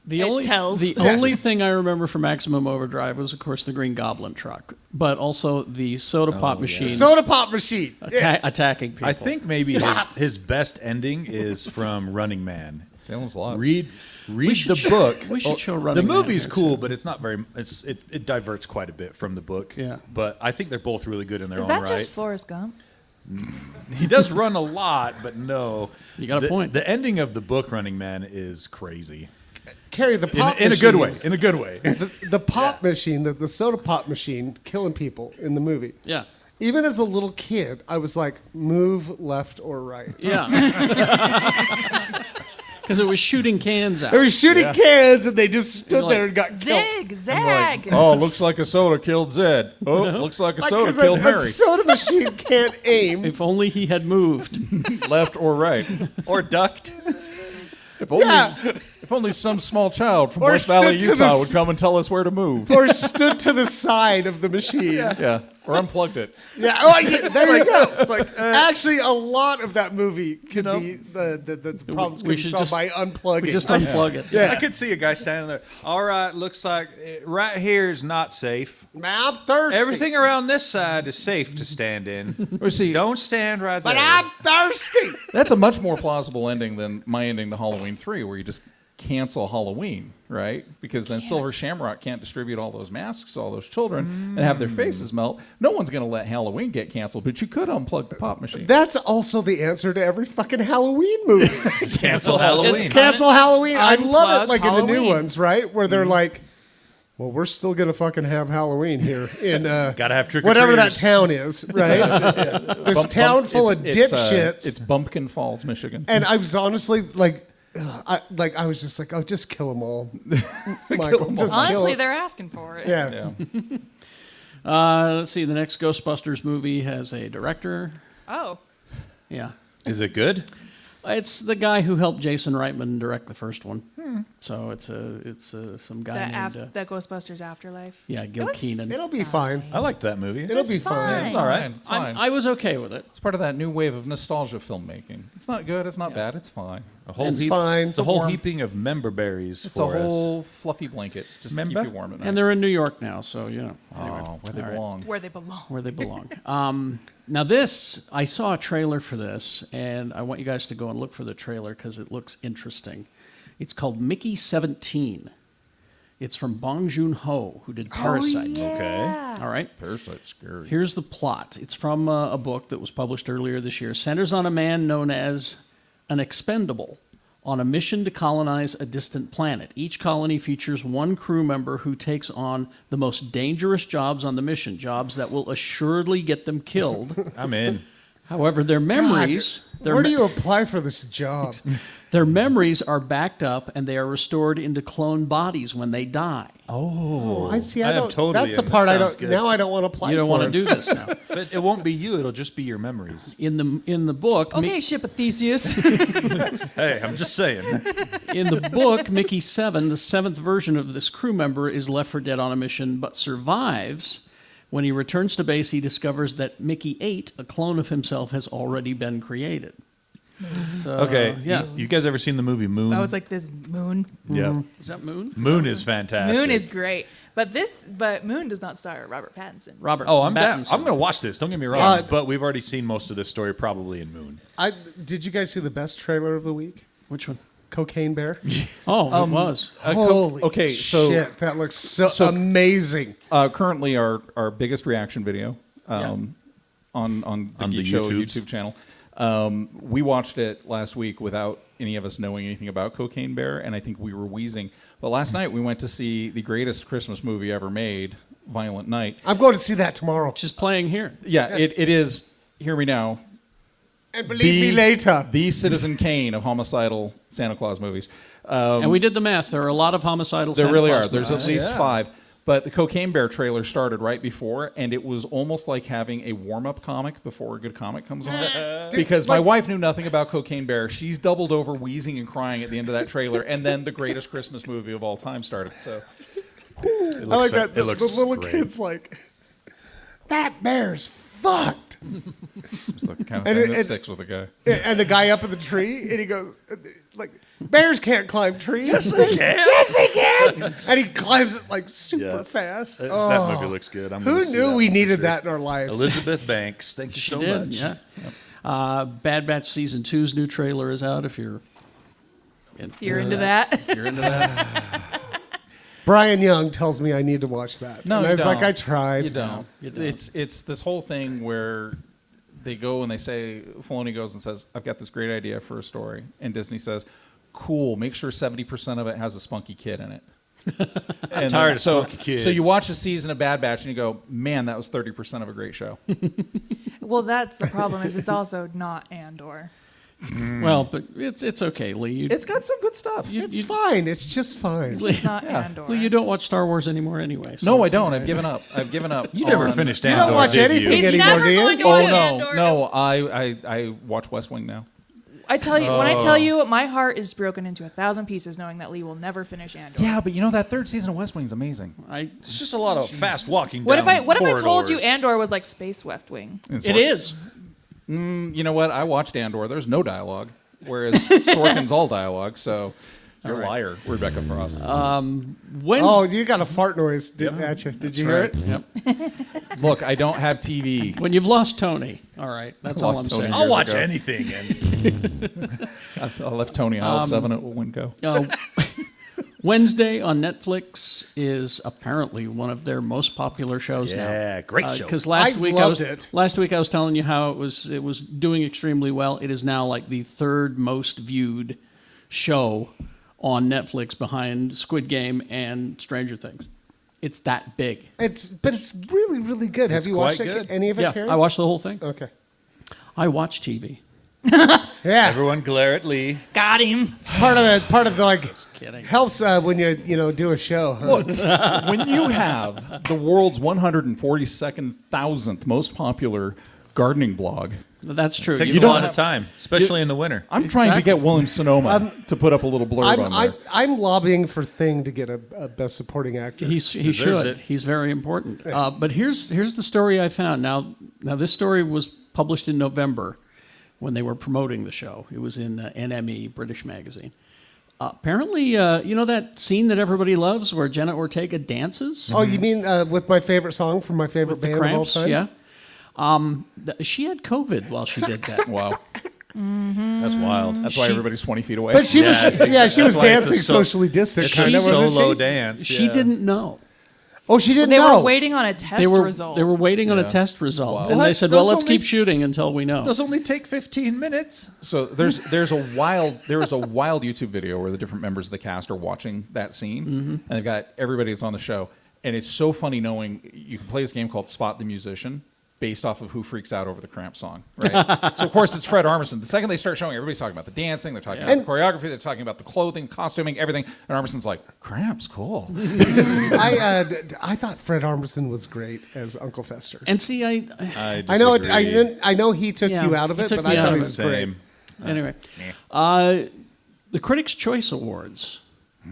Speaker 3: the
Speaker 4: It
Speaker 3: only
Speaker 4: tells.
Speaker 3: the
Speaker 4: Yeah.
Speaker 3: only thing I remember from Maximum Overdrive was, of course, the Green Goblin truck, but also the soda pop machine
Speaker 7: Soda pop machine.
Speaker 3: atta-
Speaker 7: Yeah.
Speaker 3: attacking people.
Speaker 2: Oh, I think maybe his, his best ending is from Running Man.
Speaker 6: Salem's Lot.
Speaker 2: Read read
Speaker 3: should
Speaker 2: the
Speaker 3: show-
Speaker 2: book.
Speaker 3: we should
Speaker 2: Oh,
Speaker 3: show Running
Speaker 2: The
Speaker 3: Man
Speaker 2: movie's
Speaker 3: here,
Speaker 2: cool,
Speaker 3: too.
Speaker 2: but it's not very. It's it, it diverts quite a bit from the book.
Speaker 3: Yeah.
Speaker 2: But I think they're both really good in their
Speaker 4: Is
Speaker 2: own
Speaker 4: that
Speaker 2: right.
Speaker 4: just Forrest Gump?
Speaker 2: he does run a lot, but no.
Speaker 3: You got a
Speaker 2: the,
Speaker 3: point.
Speaker 2: The ending of the book Running Man is crazy
Speaker 7: Carry the
Speaker 2: in,
Speaker 7: pop
Speaker 2: in a good
Speaker 7: machine.
Speaker 2: way. In a good way.
Speaker 7: The, the pop machine, the, the soda pop machine, killing people in the movie.
Speaker 3: yeah,
Speaker 7: Even as a little kid, I was like, move left or right.
Speaker 3: yeah, because it was shooting cans out.
Speaker 7: They were shooting
Speaker 2: Yeah.
Speaker 7: cans, and they just stood
Speaker 3: You're
Speaker 7: there
Speaker 3: like,
Speaker 7: and got killed.
Speaker 4: Zig, zag.
Speaker 6: Oh, looks like a soda killed Zed. Oh, looks like a
Speaker 7: Like,
Speaker 6: soda
Speaker 7: 'cause
Speaker 6: killed
Speaker 7: a, a
Speaker 6: Mary.
Speaker 7: soda machine can't aim.
Speaker 3: If only he had moved.
Speaker 6: left or right.
Speaker 2: or ducked.
Speaker 6: If only,
Speaker 7: Yeah.
Speaker 6: if only some small child from
Speaker 7: Or
Speaker 6: West Valley,
Speaker 7: stood to the
Speaker 6: Utah,
Speaker 7: s-
Speaker 6: would come and tell us where to move.
Speaker 7: or stood to the side of the machine. Yeah.
Speaker 6: yeah, or unplugged it.
Speaker 7: Oh, yeah, there you go. It's like actually a lot of that movie could be the the, the, the problems
Speaker 3: we
Speaker 7: could be
Speaker 3: should
Speaker 7: solved
Speaker 3: just-
Speaker 7: by unplugging.
Speaker 3: We just unplug it.
Speaker 2: I could see a guy standing there. All right, looks like eh, right here is not safe.
Speaker 7: Man, I'm thirsty.
Speaker 2: Everything around this side is safe to stand in.
Speaker 6: Or see,
Speaker 2: Don't stand right there.
Speaker 7: But I'm thirsty.
Speaker 6: that's a much more plausible ending than my ending to Halloween three, where you just cancel Halloween, right? Because then Silver Shamrock can't distribute all those masks, to all those children, and have
Speaker 7: Mm.
Speaker 6: their faces melt. No one's going to let Halloween get canceled, but you could unplug the pop machine.
Speaker 7: That's also the answer to every fucking Halloween movie.
Speaker 2: Cancel Halloween.
Speaker 7: Cancel Halloween. I love
Speaker 4: Unplug
Speaker 7: it, like in the new
Speaker 4: Halloween. Mm-hmm.
Speaker 7: ones, right? Where they're like, "Well, we're still gonna fucking have Halloween here in uh,
Speaker 2: Gotta have trick or
Speaker 7: whatever that
Speaker 2: treaters.
Speaker 7: town is, right? this
Speaker 6: Bump-
Speaker 7: town
Speaker 6: bump-
Speaker 7: full
Speaker 6: it's-
Speaker 7: of
Speaker 6: it's, uh,
Speaker 7: dipshits."
Speaker 6: It's Bumpkin Falls, Michigan.
Speaker 7: and I was honestly like, ugh, I, like I was just like, "Oh, just kill them all, Michael.
Speaker 6: them
Speaker 7: just kill
Speaker 4: Honestly,
Speaker 7: 'em.
Speaker 4: they're asking for it.
Speaker 7: yeah.
Speaker 6: yeah.
Speaker 3: Uh, let's see. The next Ghostbusters movie has a director.
Speaker 4: Oh,
Speaker 3: Yeah,
Speaker 2: Is it good?
Speaker 3: It's the guy who helped Jason Reitman direct the first one. So it's a it's a, some guy
Speaker 4: the,
Speaker 3: named
Speaker 4: af-
Speaker 3: uh,
Speaker 4: the Ghostbusters Afterlife.
Speaker 3: yeah Gil Keenan.
Speaker 7: It'll be fine.
Speaker 2: I liked that movie.
Speaker 7: It'll
Speaker 4: It's
Speaker 7: be fine.
Speaker 4: fine.
Speaker 6: All right, it's fine.
Speaker 3: I, I was okay with it.
Speaker 6: It's part of that new wave of nostalgia filmmaking. It's not good. It's not bad. It's fine.
Speaker 2: a whole
Speaker 7: It's fine.
Speaker 2: It's a whole
Speaker 6: Warm.
Speaker 2: heaping of member berries
Speaker 6: It's
Speaker 2: for
Speaker 6: a
Speaker 2: us.
Speaker 6: whole fluffy blanket just to
Speaker 2: Remember?
Speaker 6: keep you warm at night.
Speaker 3: And they're in New York now, so you know
Speaker 6: oh, where they
Speaker 3: All right.
Speaker 6: belong.
Speaker 4: Where they belong.
Speaker 3: where they belong. um, now this, I saw a trailer for this, and I want you guys to go and look for the trailer because it looks interesting. It's called Mickey Seventeen. It's from Bong Joon Ho, who did Parasite.
Speaker 2: Okay.
Speaker 3: All right.
Speaker 6: Parasite's scary.
Speaker 3: Here's the plot. It's from uh, a book that was published earlier this year. Centers on a man known as an expendable on a mission to colonize a distant planet. Each colony features one crew member who takes on the most dangerous jobs on the mission, jobs that will assuredly get them killed.
Speaker 2: I'm in.
Speaker 3: However, their memories, their,
Speaker 7: Where
Speaker 3: me-
Speaker 7: do you apply for this job?
Speaker 3: their memories are backed up and they are restored into clone bodies when they die.
Speaker 7: I see. I,
Speaker 2: I am
Speaker 7: don't.
Speaker 2: totally
Speaker 7: that's the
Speaker 2: in. That
Speaker 7: part I
Speaker 2: sounds
Speaker 7: don't.
Speaker 2: good.
Speaker 7: Now I don't want to apply.
Speaker 3: you don't
Speaker 7: for
Speaker 3: want
Speaker 7: it.
Speaker 3: to do this now.
Speaker 2: But it won't be you. It'll just be your memories.
Speaker 3: In the in the book, Mi-
Speaker 4: Okay, ship of Theseus.
Speaker 2: Hey, I'm just saying.
Speaker 3: In the book, Mickey Seven, the seventh version of this crew member, is left for dead on a mission but survives. When he returns to base, he discovers that Mickey Eight, a clone of himself, has already been created. So,
Speaker 2: Okay.
Speaker 3: Yeah.
Speaker 2: You, you guys ever seen the movie Moon?
Speaker 4: I was like, this moon.
Speaker 2: yeah.
Speaker 3: Is that Moon?
Speaker 2: Moon is fantastic.
Speaker 4: Moon is great, but this, but Moon does not star Robert Pattinson.
Speaker 3: Robert.
Speaker 2: Oh, I'm down.
Speaker 3: Pattinson.
Speaker 2: I'm gonna watch this. Don't get me wrong.
Speaker 7: Uh,
Speaker 2: but we've already seen most of this story, probably in Moon.
Speaker 7: I did. You guys see the best trailer of the week?
Speaker 3: Which one?
Speaker 7: Cocaine Bear.
Speaker 3: Oh,
Speaker 2: Um,
Speaker 3: it was.
Speaker 6: Uh, co-
Speaker 7: Holy
Speaker 6: okay, so
Speaker 7: shit, that looks so,
Speaker 6: so-
Speaker 7: amazing.
Speaker 6: uh, currently our our biggest reaction video um, on on the
Speaker 2: On
Speaker 6: Geek
Speaker 2: the
Speaker 6: Show
Speaker 2: YouTubes.
Speaker 6: YouTube channel. Um, we watched it last week without any of us knowing anything about Cocaine Bear, and I think we were wheezing. But last night we went to see the greatest Christmas movie ever made, Violent Night.
Speaker 7: I'm going to see that tomorrow.
Speaker 3: Just playing here.
Speaker 6: Yeah, it, it is. Hear me now.
Speaker 7: And believe me later.
Speaker 6: The Citizen Kane of homicidal Santa Claus movies.
Speaker 2: um,
Speaker 3: and we did the math. There are a lot of homicidal.
Speaker 6: There
Speaker 3: Santa
Speaker 6: really
Speaker 3: Claus
Speaker 6: are. There's at
Speaker 3: movies.
Speaker 6: least five. But the Cocaine Bear trailer started right before, and it was almost like having a warm-up comic before a good comic comes on. because my
Speaker 7: like-
Speaker 6: wife knew nothing about Cocaine Bear. She's doubled over wheezing and crying at the end of that trailer, and then the greatest Christmas movie of all time started. So
Speaker 2: It
Speaker 7: I
Speaker 2: looks
Speaker 7: like
Speaker 2: so-
Speaker 7: that.
Speaker 2: It
Speaker 7: The,
Speaker 2: looks
Speaker 7: the little
Speaker 2: great.
Speaker 7: kid's like, that bear's fucked.
Speaker 6: it's the kind of
Speaker 7: And
Speaker 6: thing
Speaker 7: it-
Speaker 6: that
Speaker 7: and-
Speaker 6: sticks with a guy.
Speaker 7: And and the guy up in the tree, and he goes, like, bears can't climb trees. Yes, they can. and he climbs it like super
Speaker 2: Yeah.
Speaker 7: fast.
Speaker 2: That, Uh,
Speaker 7: Oh.
Speaker 2: that movie looks good. I'm gonna
Speaker 7: Who
Speaker 2: see
Speaker 7: knew
Speaker 2: that
Speaker 7: we
Speaker 2: one for
Speaker 7: needed
Speaker 2: sure.
Speaker 7: that in our lives?
Speaker 2: Elizabeth Banks, thank you
Speaker 3: She
Speaker 2: so
Speaker 3: did.
Speaker 2: much.
Speaker 3: Yeah. Uh, Bad Batch season two's new trailer is out. If you're Uh,
Speaker 4: You're into that.
Speaker 7: Brian Young tells me I need to watch that.
Speaker 6: No,
Speaker 7: and I
Speaker 6: you
Speaker 7: was like,
Speaker 6: don't.
Speaker 7: I tried.
Speaker 6: You don't. It's it's this whole thing where they go and they say Filoni goes and says, "I've got this great idea for a story," and Disney says, "Cool, make sure seventy percent of it has a spunky kid in it." I'm
Speaker 2: tired of
Speaker 6: so,
Speaker 2: spunky kids.
Speaker 6: So you watch a season of Bad Batch and you go, "Man, that was thirty percent of a great show."
Speaker 4: well, that's the problem. Is it's also not Andor.
Speaker 3: well, but it's it's okay, Lee. You,
Speaker 6: it's got some good stuff.
Speaker 3: you-
Speaker 7: It's
Speaker 3: you-
Speaker 7: fine. It's just fine.
Speaker 4: It's not Andor.
Speaker 3: Lee, you don't watch Star Wars anymore anyway. so
Speaker 6: no, I
Speaker 3: it's all
Speaker 6: don't. I've
Speaker 3: right.
Speaker 6: given up. I've given up.
Speaker 2: You never
Speaker 6: on-
Speaker 2: finished
Speaker 7: You
Speaker 2: Andor,
Speaker 7: don't watch
Speaker 2: did you?
Speaker 7: anything
Speaker 4: He's
Speaker 7: anymore,
Speaker 4: never
Speaker 7: do you?
Speaker 4: going to
Speaker 6: Oh
Speaker 4: watch
Speaker 6: no,
Speaker 4: Andor.
Speaker 6: no! I, I I watch West Wing now.
Speaker 4: I tell you, when I tell you, my heart is broken into a thousand pieces, knowing that Lee will never finish Andor.
Speaker 6: Yeah, but you know that third season of West Wing is amazing.
Speaker 3: I,
Speaker 2: It's just a lot of fast walking.
Speaker 4: What if
Speaker 2: down
Speaker 4: I What if I told you
Speaker 2: corridors.
Speaker 4: Andor was like Space West Wing?
Speaker 6: It's
Speaker 3: it
Speaker 6: like-
Speaker 3: is.
Speaker 6: You know what? I watched Andor. There's no dialogue, whereas Sorkin's all dialogue. So Uh, you're a liar, Rebecca Frost.
Speaker 3: When's
Speaker 7: Oh, you got a fart noise didn't at you. Did you hear it?
Speaker 3: Yep.
Speaker 6: Look, I don't have TV.
Speaker 3: When you've lost Tony. All right. That's all I'm
Speaker 6: Lost Tony.
Speaker 3: saying.
Speaker 2: I'll
Speaker 6: years
Speaker 2: watch
Speaker 6: ago.
Speaker 2: anything. And
Speaker 6: I I left Tony aisle seven at Winco.
Speaker 3: Uh, Wednesday on Netflix is apparently one of their most popular shows now.
Speaker 2: Yeah, great show.
Speaker 3: Because last
Speaker 7: I
Speaker 3: week I
Speaker 7: loved
Speaker 3: was
Speaker 7: it.
Speaker 3: last week I was telling you how it was it was doing extremely well. It is now like the third most viewed show on Netflix behind Squid Game and Stranger Things. It's that big.
Speaker 7: It's but it's really really good. Have you watched
Speaker 2: quite
Speaker 7: it,
Speaker 2: good.
Speaker 7: any of it?
Speaker 3: Yeah,
Speaker 7: Karen?
Speaker 3: I watched the whole thing.
Speaker 7: Okay.
Speaker 3: I watch TV.
Speaker 7: Yeah,
Speaker 2: everyone glare at Lee.
Speaker 4: Got him.
Speaker 7: it's part of the part of the like
Speaker 3: kidding.
Speaker 7: helps uh, when you you know do a show. Huh?
Speaker 6: Look, when you have the world's 142nd thousandth most popular gardening blog,
Speaker 3: That's true.
Speaker 2: Takes
Speaker 3: You
Speaker 2: a
Speaker 3: don't
Speaker 2: lot
Speaker 3: have-
Speaker 2: of time, especially in the winter.
Speaker 6: I'm trying to
Speaker 3: Exactly.
Speaker 6: get William Sonoma to put up a little blurb
Speaker 7: I'm
Speaker 6: on
Speaker 7: I,
Speaker 6: there.
Speaker 7: I'm lobbying for Thing to get a, a best supporting actor.
Speaker 3: He's, he
Speaker 2: Deserves
Speaker 3: should.
Speaker 2: it.
Speaker 3: He's very important. Uh, but here's here's the story I found. Now now this story was published in November when they were promoting the show. It was in uh, NME British magazine. Uh, apparently, uh, you know that scene that everybody loves where Jenna Ortega dances
Speaker 7: oh,
Speaker 2: Mm-hmm.
Speaker 7: you mean uh, with my favorite song from my favorite
Speaker 3: with the
Speaker 7: band
Speaker 3: cramps?
Speaker 7: of all time?
Speaker 3: Yeah. Um, th- she had COVID while she did that.
Speaker 6: Wow.
Speaker 2: That's wild.
Speaker 6: That's why
Speaker 3: She-
Speaker 6: everybody's 20 feet away.
Speaker 7: But she
Speaker 2: Yeah.
Speaker 7: was yeah she was
Speaker 2: That's why it's a
Speaker 7: dancing
Speaker 2: so-
Speaker 7: socially distant.
Speaker 2: It's a
Speaker 7: kinda, wasn't
Speaker 2: solo
Speaker 7: she?
Speaker 2: dance.
Speaker 3: She
Speaker 2: yeah.
Speaker 3: didn't know.
Speaker 7: Oh, she didn't
Speaker 4: They
Speaker 7: know.
Speaker 4: were waiting on a test
Speaker 3: they were
Speaker 4: result.
Speaker 3: they were waiting on a test result, and they
Speaker 2: What?
Speaker 3: said, "Well,
Speaker 2: Those
Speaker 3: let's
Speaker 2: only-
Speaker 3: keep shooting until we know."
Speaker 2: Those only take 15 minutes.
Speaker 6: So there's there's a wild there is a wild YouTube video where the different members of the cast are watching that scene,
Speaker 2: Mm-hmm.
Speaker 6: and they've got everybody that's on the show, and it's so funny knowing you can play this game called Spot the Musician based off of who freaks out over the Cramp song, right? so of course it's Fred Armisen. The second they start showing, everybody's talking about the dancing, they're talking about
Speaker 7: And-
Speaker 6: the choreography, they're talking about the clothing, costuming, everything, and Armisen's like, "Cramps, cool."
Speaker 7: I uh, d- d- I thought Fred Armisen was great as Uncle Fester.
Speaker 3: and see, I,
Speaker 2: Uh,
Speaker 7: I know it, I didn't, I know he took
Speaker 3: Yeah,
Speaker 7: you out of
Speaker 3: he
Speaker 7: it,
Speaker 3: took
Speaker 7: but
Speaker 3: me
Speaker 7: I
Speaker 3: out
Speaker 7: thought
Speaker 3: of
Speaker 7: he
Speaker 3: it.
Speaker 7: was great.
Speaker 2: Same.
Speaker 3: anyway, uh, the Critics' Choice Awards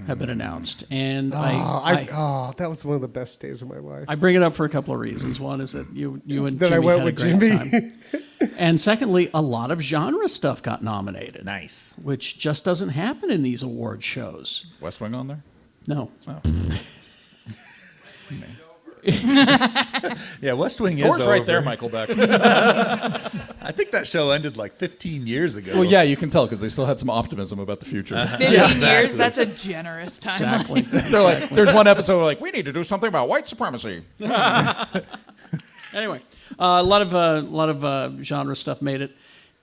Speaker 3: have been announced, and I,
Speaker 7: Oh,
Speaker 3: I,
Speaker 7: I, oh, that was one of the best days of my life.
Speaker 3: I bring it up for a couple of reasons. One is that you you and
Speaker 7: That I
Speaker 3: Jimmy
Speaker 7: went
Speaker 3: had
Speaker 7: with
Speaker 3: a great
Speaker 7: Jimmy.
Speaker 3: time, and secondly, a lot of genre stuff got nominated,
Speaker 2: Nice.
Speaker 3: which just doesn't happen in these award shows.
Speaker 6: West Wing on there.
Speaker 3: No,
Speaker 2: Yeah, West Wing
Speaker 6: Door's
Speaker 2: is
Speaker 6: right
Speaker 2: over.
Speaker 6: there, Michael Beck.
Speaker 2: I think that show ended like 15 years ago.
Speaker 6: well, yeah, you can tell because they still had some optimism about the future.
Speaker 4: 15 years. That's a generous time.
Speaker 3: exactly.
Speaker 6: They're like, there's one episode where like, we need to do something about white supremacy.
Speaker 3: anyway, uh, a lot of uh, a lot of uh, genre stuff made it,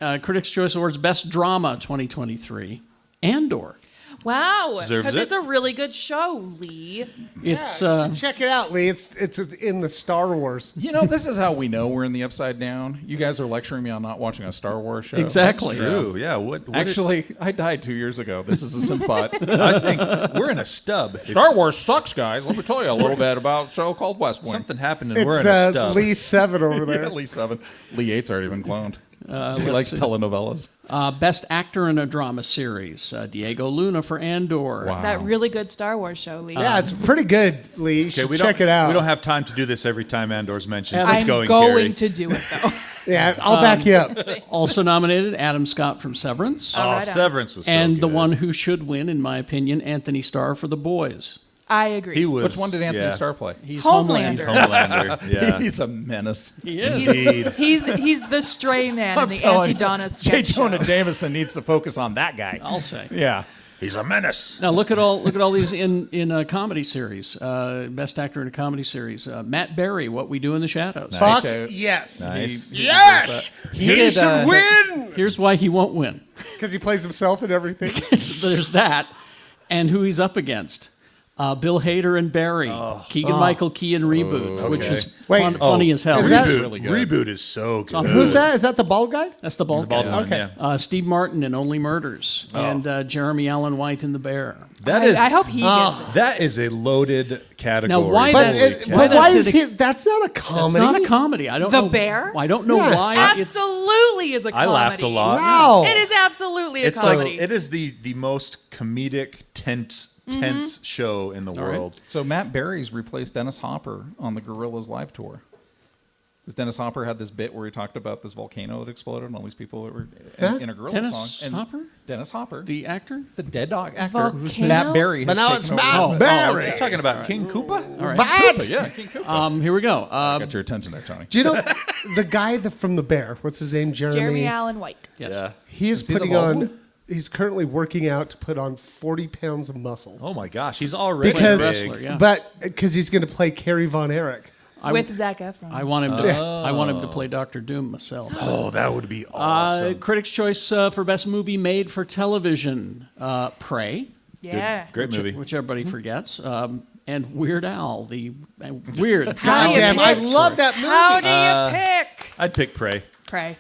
Speaker 3: uh, Critics' Choice Awards Best Drama 2023, Andor.
Speaker 4: Wow,
Speaker 2: Deserves
Speaker 4: because
Speaker 2: it.
Speaker 4: it's a really good show, Lee.
Speaker 3: It's
Speaker 7: Yeah, you
Speaker 3: uh,
Speaker 7: should check it out, Lee. It's it's in the Star Wars.
Speaker 6: You know, this is how we know we're in the upside down. You guys are lecturing me on not watching a Star Wars show.
Speaker 3: Exactly.
Speaker 2: True. Yeah. What, what did-
Speaker 6: Actually, I died two years ago. This is a simp thought.
Speaker 2: I think we're in a stub.
Speaker 6: Star Wars sucks, guys. Let me tell you a little bit about a show called Westwing.
Speaker 2: Something happened and
Speaker 7: It's
Speaker 2: we're in a
Speaker 7: uh,
Speaker 2: stub.
Speaker 7: Lee Seven over there.
Speaker 6: yeah, Lee Seven. Lee Eight's already been cloned. he
Speaker 2: Uh,
Speaker 3: let's
Speaker 6: likes
Speaker 3: see.
Speaker 6: telenovelas.
Speaker 3: uh, Best Actor in a Drama Series, uh, Diego Luna for Andor.
Speaker 6: Wow.
Speaker 4: That really good Star Wars show, Lee.
Speaker 7: Yeah, it's pretty good, Lee. You
Speaker 2: Okay,
Speaker 7: should
Speaker 2: we
Speaker 7: check
Speaker 2: don't,
Speaker 7: it out.
Speaker 2: We don't have time to do this every time Andor's mentioned.
Speaker 3: Adam-
Speaker 2: Keep
Speaker 4: I'm going,
Speaker 2: Gary.
Speaker 4: to do it though.
Speaker 7: yeah, I'll back you up.
Speaker 3: Also nominated Adam Scott from Severance.
Speaker 2: Oh,
Speaker 4: Alright, Adam.
Speaker 2: Severance was so
Speaker 3: and the
Speaker 2: good.
Speaker 3: one who should win, in my opinion, Anthony Starr for The Boys.
Speaker 4: I agree.
Speaker 2: he was.
Speaker 6: Which one did Anthony
Speaker 2: yeah.
Speaker 6: Starr play?
Speaker 3: He's
Speaker 4: Homelander.
Speaker 2: Homelander. Yeah.
Speaker 6: He's a menace.
Speaker 3: He is.
Speaker 2: Indeed.
Speaker 4: He's he's the stray man in the
Speaker 6: telling
Speaker 4: anti
Speaker 6: you,
Speaker 4: Donna
Speaker 6: Jay
Speaker 4: sketch
Speaker 6: Jonah
Speaker 4: show.
Speaker 6: Jameson needs to focus on that guy.
Speaker 3: I'll say.
Speaker 6: Yeah.
Speaker 2: He's a menace.
Speaker 3: Now look at all look at all these in in uh, comedy series. Uh, best actor in a comedy series. Uh, Matt Berry, What We Do in the Shadows.
Speaker 7: Fuck
Speaker 6: Okay.
Speaker 7: yes,
Speaker 6: Nice.
Speaker 7: yes,
Speaker 6: He, did,
Speaker 7: should
Speaker 6: uh,
Speaker 7: win
Speaker 3: Here's why he won't win.
Speaker 7: because he plays himself in everything.
Speaker 3: There's that, and who he's up against. Uh, Bill Hader and Barry, Keegan Michael Key and Reboot, which
Speaker 2: Oh. okay. Oh.
Speaker 3: is
Speaker 7: Wait.
Speaker 3: fun, funny as hell.
Speaker 7: is that-
Speaker 2: Reboot,
Speaker 6: really good.
Speaker 2: Reboot is so good.
Speaker 3: on
Speaker 7: Who's that? Is that the bald guy?
Speaker 3: That's the bald,
Speaker 2: Bald
Speaker 3: guy.
Speaker 2: one,
Speaker 7: Okay.
Speaker 2: yeah. Oh.
Speaker 3: Uh, Steve Martin in Only Murders, and uh, Jeremy Allen White in The Bear.
Speaker 2: That
Speaker 4: I,
Speaker 2: is. Ah.
Speaker 4: I hope he gets it.
Speaker 2: That is a loaded category.
Speaker 3: Now, why
Speaker 7: But,
Speaker 3: Holy
Speaker 7: it-
Speaker 3: cow.
Speaker 7: but
Speaker 3: That's
Speaker 7: why
Speaker 3: in
Speaker 7: is
Speaker 3: a-
Speaker 7: he? That's not a comedy.
Speaker 3: It's not a comedy. I don't
Speaker 4: The
Speaker 3: know.
Speaker 4: Bear?
Speaker 3: I don't know
Speaker 7: Yeah.
Speaker 3: why. it's-
Speaker 4: Absolutely is a
Speaker 2: I
Speaker 4: comedy.
Speaker 2: laughed a lot.
Speaker 7: Wow.
Speaker 4: It is absolutely a
Speaker 2: It's
Speaker 4: comedy.
Speaker 2: like it is the the most comedic tense tense show in the
Speaker 3: right.
Speaker 2: world.
Speaker 6: So Matt Berry's replaced Dennis Hopper on the Gorillas live tour. Because Dennis Hopper had this bit where he talked about this volcano that exploded and all these people that were in,
Speaker 7: Huh?
Speaker 6: in a Gorilla
Speaker 3: Dennis
Speaker 6: song. And
Speaker 3: Hopper?
Speaker 6: Dennis Hopper. The,
Speaker 3: the actor.
Speaker 6: dead dog actor.
Speaker 4: Volcano?
Speaker 6: Matt Berry. has
Speaker 7: But now
Speaker 6: taken
Speaker 7: it's
Speaker 6: over.
Speaker 7: Matt
Speaker 6: Oh,
Speaker 7: Berry.
Speaker 2: You're talking about King Koopa?
Speaker 3: All right.
Speaker 7: But
Speaker 6: Yeah, King Koopa.
Speaker 3: Um, here we go. Uh,
Speaker 6: Got your attention there, Tony.
Speaker 7: do you know the guy that, from the Bear? What's his name? Jeremy.
Speaker 4: Jeremy Allen White.
Speaker 3: yes.
Speaker 2: Yeah.
Speaker 7: He is,
Speaker 6: Is he the
Speaker 7: putting
Speaker 6: bald
Speaker 7: on.
Speaker 6: one?
Speaker 7: He's currently working out to put on forty pounds of muscle.
Speaker 2: Oh my gosh, he's already
Speaker 7: because,
Speaker 2: big.
Speaker 3: wrestler, yeah.
Speaker 7: but because he's going to play Kerry Von Erich.
Speaker 3: I,
Speaker 4: with Zac Efron.
Speaker 3: I want him. To, I want him to play Doctor Doom myself.
Speaker 2: Oh, that would be
Speaker 3: Uh,
Speaker 2: awesome.
Speaker 3: Critics' Choice uh, for Best Movie Made for Television: uh, Prey,
Speaker 4: yeah.
Speaker 2: Good. Great
Speaker 3: which,
Speaker 2: movie. Hmm.
Speaker 3: which everybody forgets, um, and Weird Al, the uh, weird.
Speaker 4: How
Speaker 7: God
Speaker 3: Al-
Speaker 4: do you
Speaker 7: damn, I
Speaker 4: pick?
Speaker 7: love that movie.
Speaker 4: How do you
Speaker 2: Uh,
Speaker 4: pick?
Speaker 2: I'd pick Prey.
Speaker 4: Pray.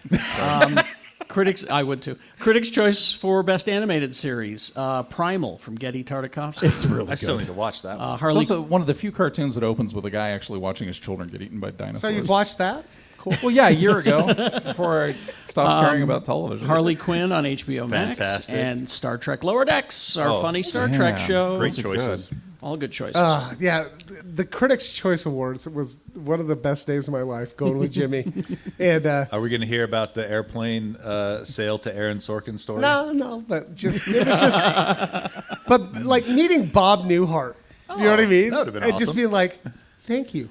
Speaker 3: Critics, I would too. Critics' Choice for Best Animated Series: uh, Primal from Getty Tartakovsky.
Speaker 6: It's really
Speaker 2: I still
Speaker 6: good.
Speaker 2: need to watch that. one.
Speaker 3: uh,
Speaker 6: It's
Speaker 3: Harley.
Speaker 6: also one of the few cartoons that opens with a guy actually watching his children get eaten by dinosaurs.
Speaker 7: So you've watched that?
Speaker 6: Cool. Well, yeah, a year ago before I stopped caring about television.
Speaker 3: Um, Harley Quinn on HBO Max
Speaker 2: Fantastic.
Speaker 3: and Star Trek Lower Decks, our
Speaker 2: Oh,
Speaker 3: funny Star Trek
Speaker 6: yeah.
Speaker 3: show.
Speaker 2: Great choices.
Speaker 3: All good choices.
Speaker 7: Uh, yeah, th- the Critics' Choice Awards was one of the best days of my life going with Jimmy. and uh,
Speaker 2: Are we going to hear about the airplane uh, sale to Aaron Sorkin story?
Speaker 7: no, no, but just it was just, but like meeting Bob Newhart. you know what I
Speaker 3: Oh,
Speaker 7: mean?
Speaker 2: that would've been
Speaker 7: and just
Speaker 2: awesome.
Speaker 7: being like, "Thank you,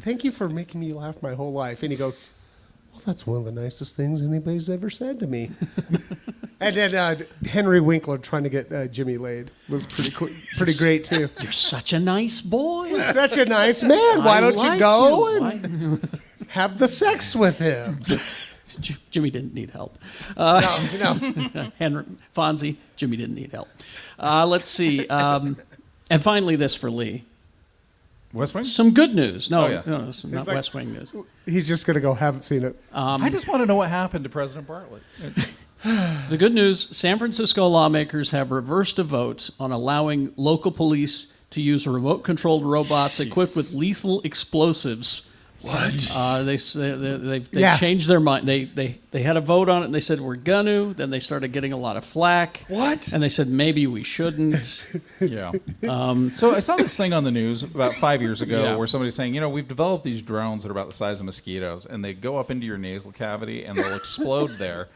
Speaker 7: thank you for making me laugh my whole life." And he goes, "Well, that's one of the nicest things anybody's ever said to me." and then uh, Henry Winkler trying to get uh, Jimmy laid was pretty qu- pretty great too.
Speaker 3: You're such a nice boy.
Speaker 7: Such a nice man. Why
Speaker 3: I
Speaker 7: don't
Speaker 3: like
Speaker 7: you go
Speaker 3: you.
Speaker 7: and have the sex with him?
Speaker 3: J- Jimmy didn't need help. Uh,
Speaker 7: no, no.
Speaker 3: Henry Fonzie, Jimmy didn't need help. Uh, let's see. Um, and finally, this for Lee.
Speaker 6: West Wing?
Speaker 3: Some good news. No,
Speaker 6: Oh, yeah.
Speaker 3: no, it's not
Speaker 7: like-
Speaker 3: West Wing news.
Speaker 7: He's just gonna go. Haven't seen it.
Speaker 3: Um,
Speaker 6: I just want to know what happened to President Bartlett.
Speaker 3: The good news San Francisco lawmakers have reversed a vote on allowing local police to use remote controlled robots equipped with lethal explosives. What? Uh, they s- they, they, they, they
Speaker 7: Yeah.
Speaker 3: changed their mind. They, they, they had a vote on it and they said, we're going to. Then they started getting a lot of flack.
Speaker 7: What?
Speaker 3: And they said, maybe we shouldn't.
Speaker 6: Yeah.
Speaker 2: Um,
Speaker 6: so I saw this thing on the news about five years ago
Speaker 3: Yeah.
Speaker 6: where somebody's saying, you know, we've developed these drones that are about the size of mosquitoes, and they go up into your nasal cavity and they'll explode there,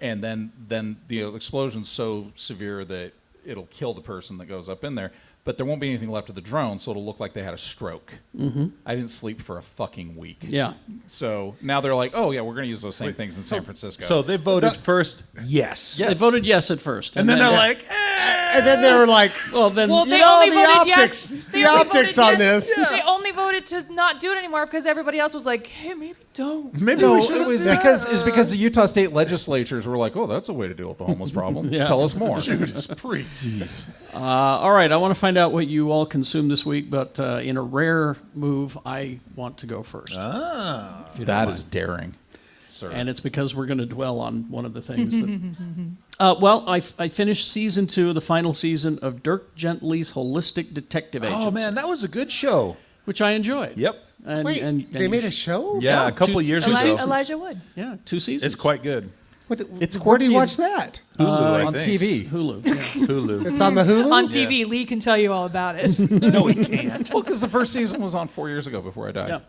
Speaker 6: and then then the explosion's so severe that it'll kill the person that goes up in there. But there won't be anything left of the drone, so it'll look like they had a stroke. Mm-hmm. I didn't sleep for a fucking week.
Speaker 3: yeah.
Speaker 6: So now they're like, oh yeah, we're going to use those same things in San Francisco.
Speaker 2: So they voted first. Yes.
Speaker 3: They voted yes at first.
Speaker 2: And then they're like, "Eh,
Speaker 7: And then they were like,
Speaker 3: well, then
Speaker 4: Well,
Speaker 7: You
Speaker 4: they
Speaker 7: know,
Speaker 4: only
Speaker 7: the
Speaker 4: voted
Speaker 7: optics-
Speaker 4: yes.
Speaker 7: the optics on this.
Speaker 4: They only voted to not do it anymore because everybody else was like, hey, maybe don't.
Speaker 2: Maybe
Speaker 6: No,
Speaker 2: we should
Speaker 6: it
Speaker 2: have
Speaker 6: was
Speaker 2: done
Speaker 6: because it's because the Utah state legislatures were like, "Oh, that's a way to deal with the homeless problem."
Speaker 3: Yeah.
Speaker 6: Tell us more.
Speaker 2: Judas Priest.
Speaker 3: Uh, all right, I want to find out what you all consumed this week, but uh, in a rare move, I want to go first.
Speaker 6: That is daring, sir.
Speaker 3: and it's because we're going to dwell on one of the things that. Uh, well, I, I finished season two, the final season of Dirk Gently's Holistic Detective Agency,
Speaker 2: Oh man, that was a good show.
Speaker 3: which I enjoyed.
Speaker 2: Yep.
Speaker 3: And,
Speaker 7: Wait,
Speaker 3: and, and
Speaker 7: they made a show?
Speaker 2: Yeah,
Speaker 3: Yeah,
Speaker 2: a couple
Speaker 3: two-
Speaker 2: of years
Speaker 3: Eli-
Speaker 4: Elijah,
Speaker 2: ago.
Speaker 4: Elijah Wood.
Speaker 3: yeah, two seasons.
Speaker 2: It's quite good.
Speaker 7: What,
Speaker 6: It's
Speaker 7: where do you
Speaker 6: quirky
Speaker 7: watch
Speaker 6: and-
Speaker 7: that?
Speaker 2: Hulu, I
Speaker 6: Uh, on
Speaker 2: think.
Speaker 6: TV.
Speaker 3: Hulu. yeah.
Speaker 2: Hulu.
Speaker 7: It's on the Hulu.
Speaker 4: On TV, Lee can tell you all about it.
Speaker 2: no, he can't.
Speaker 6: Well, because the first season was on four years ago before I died.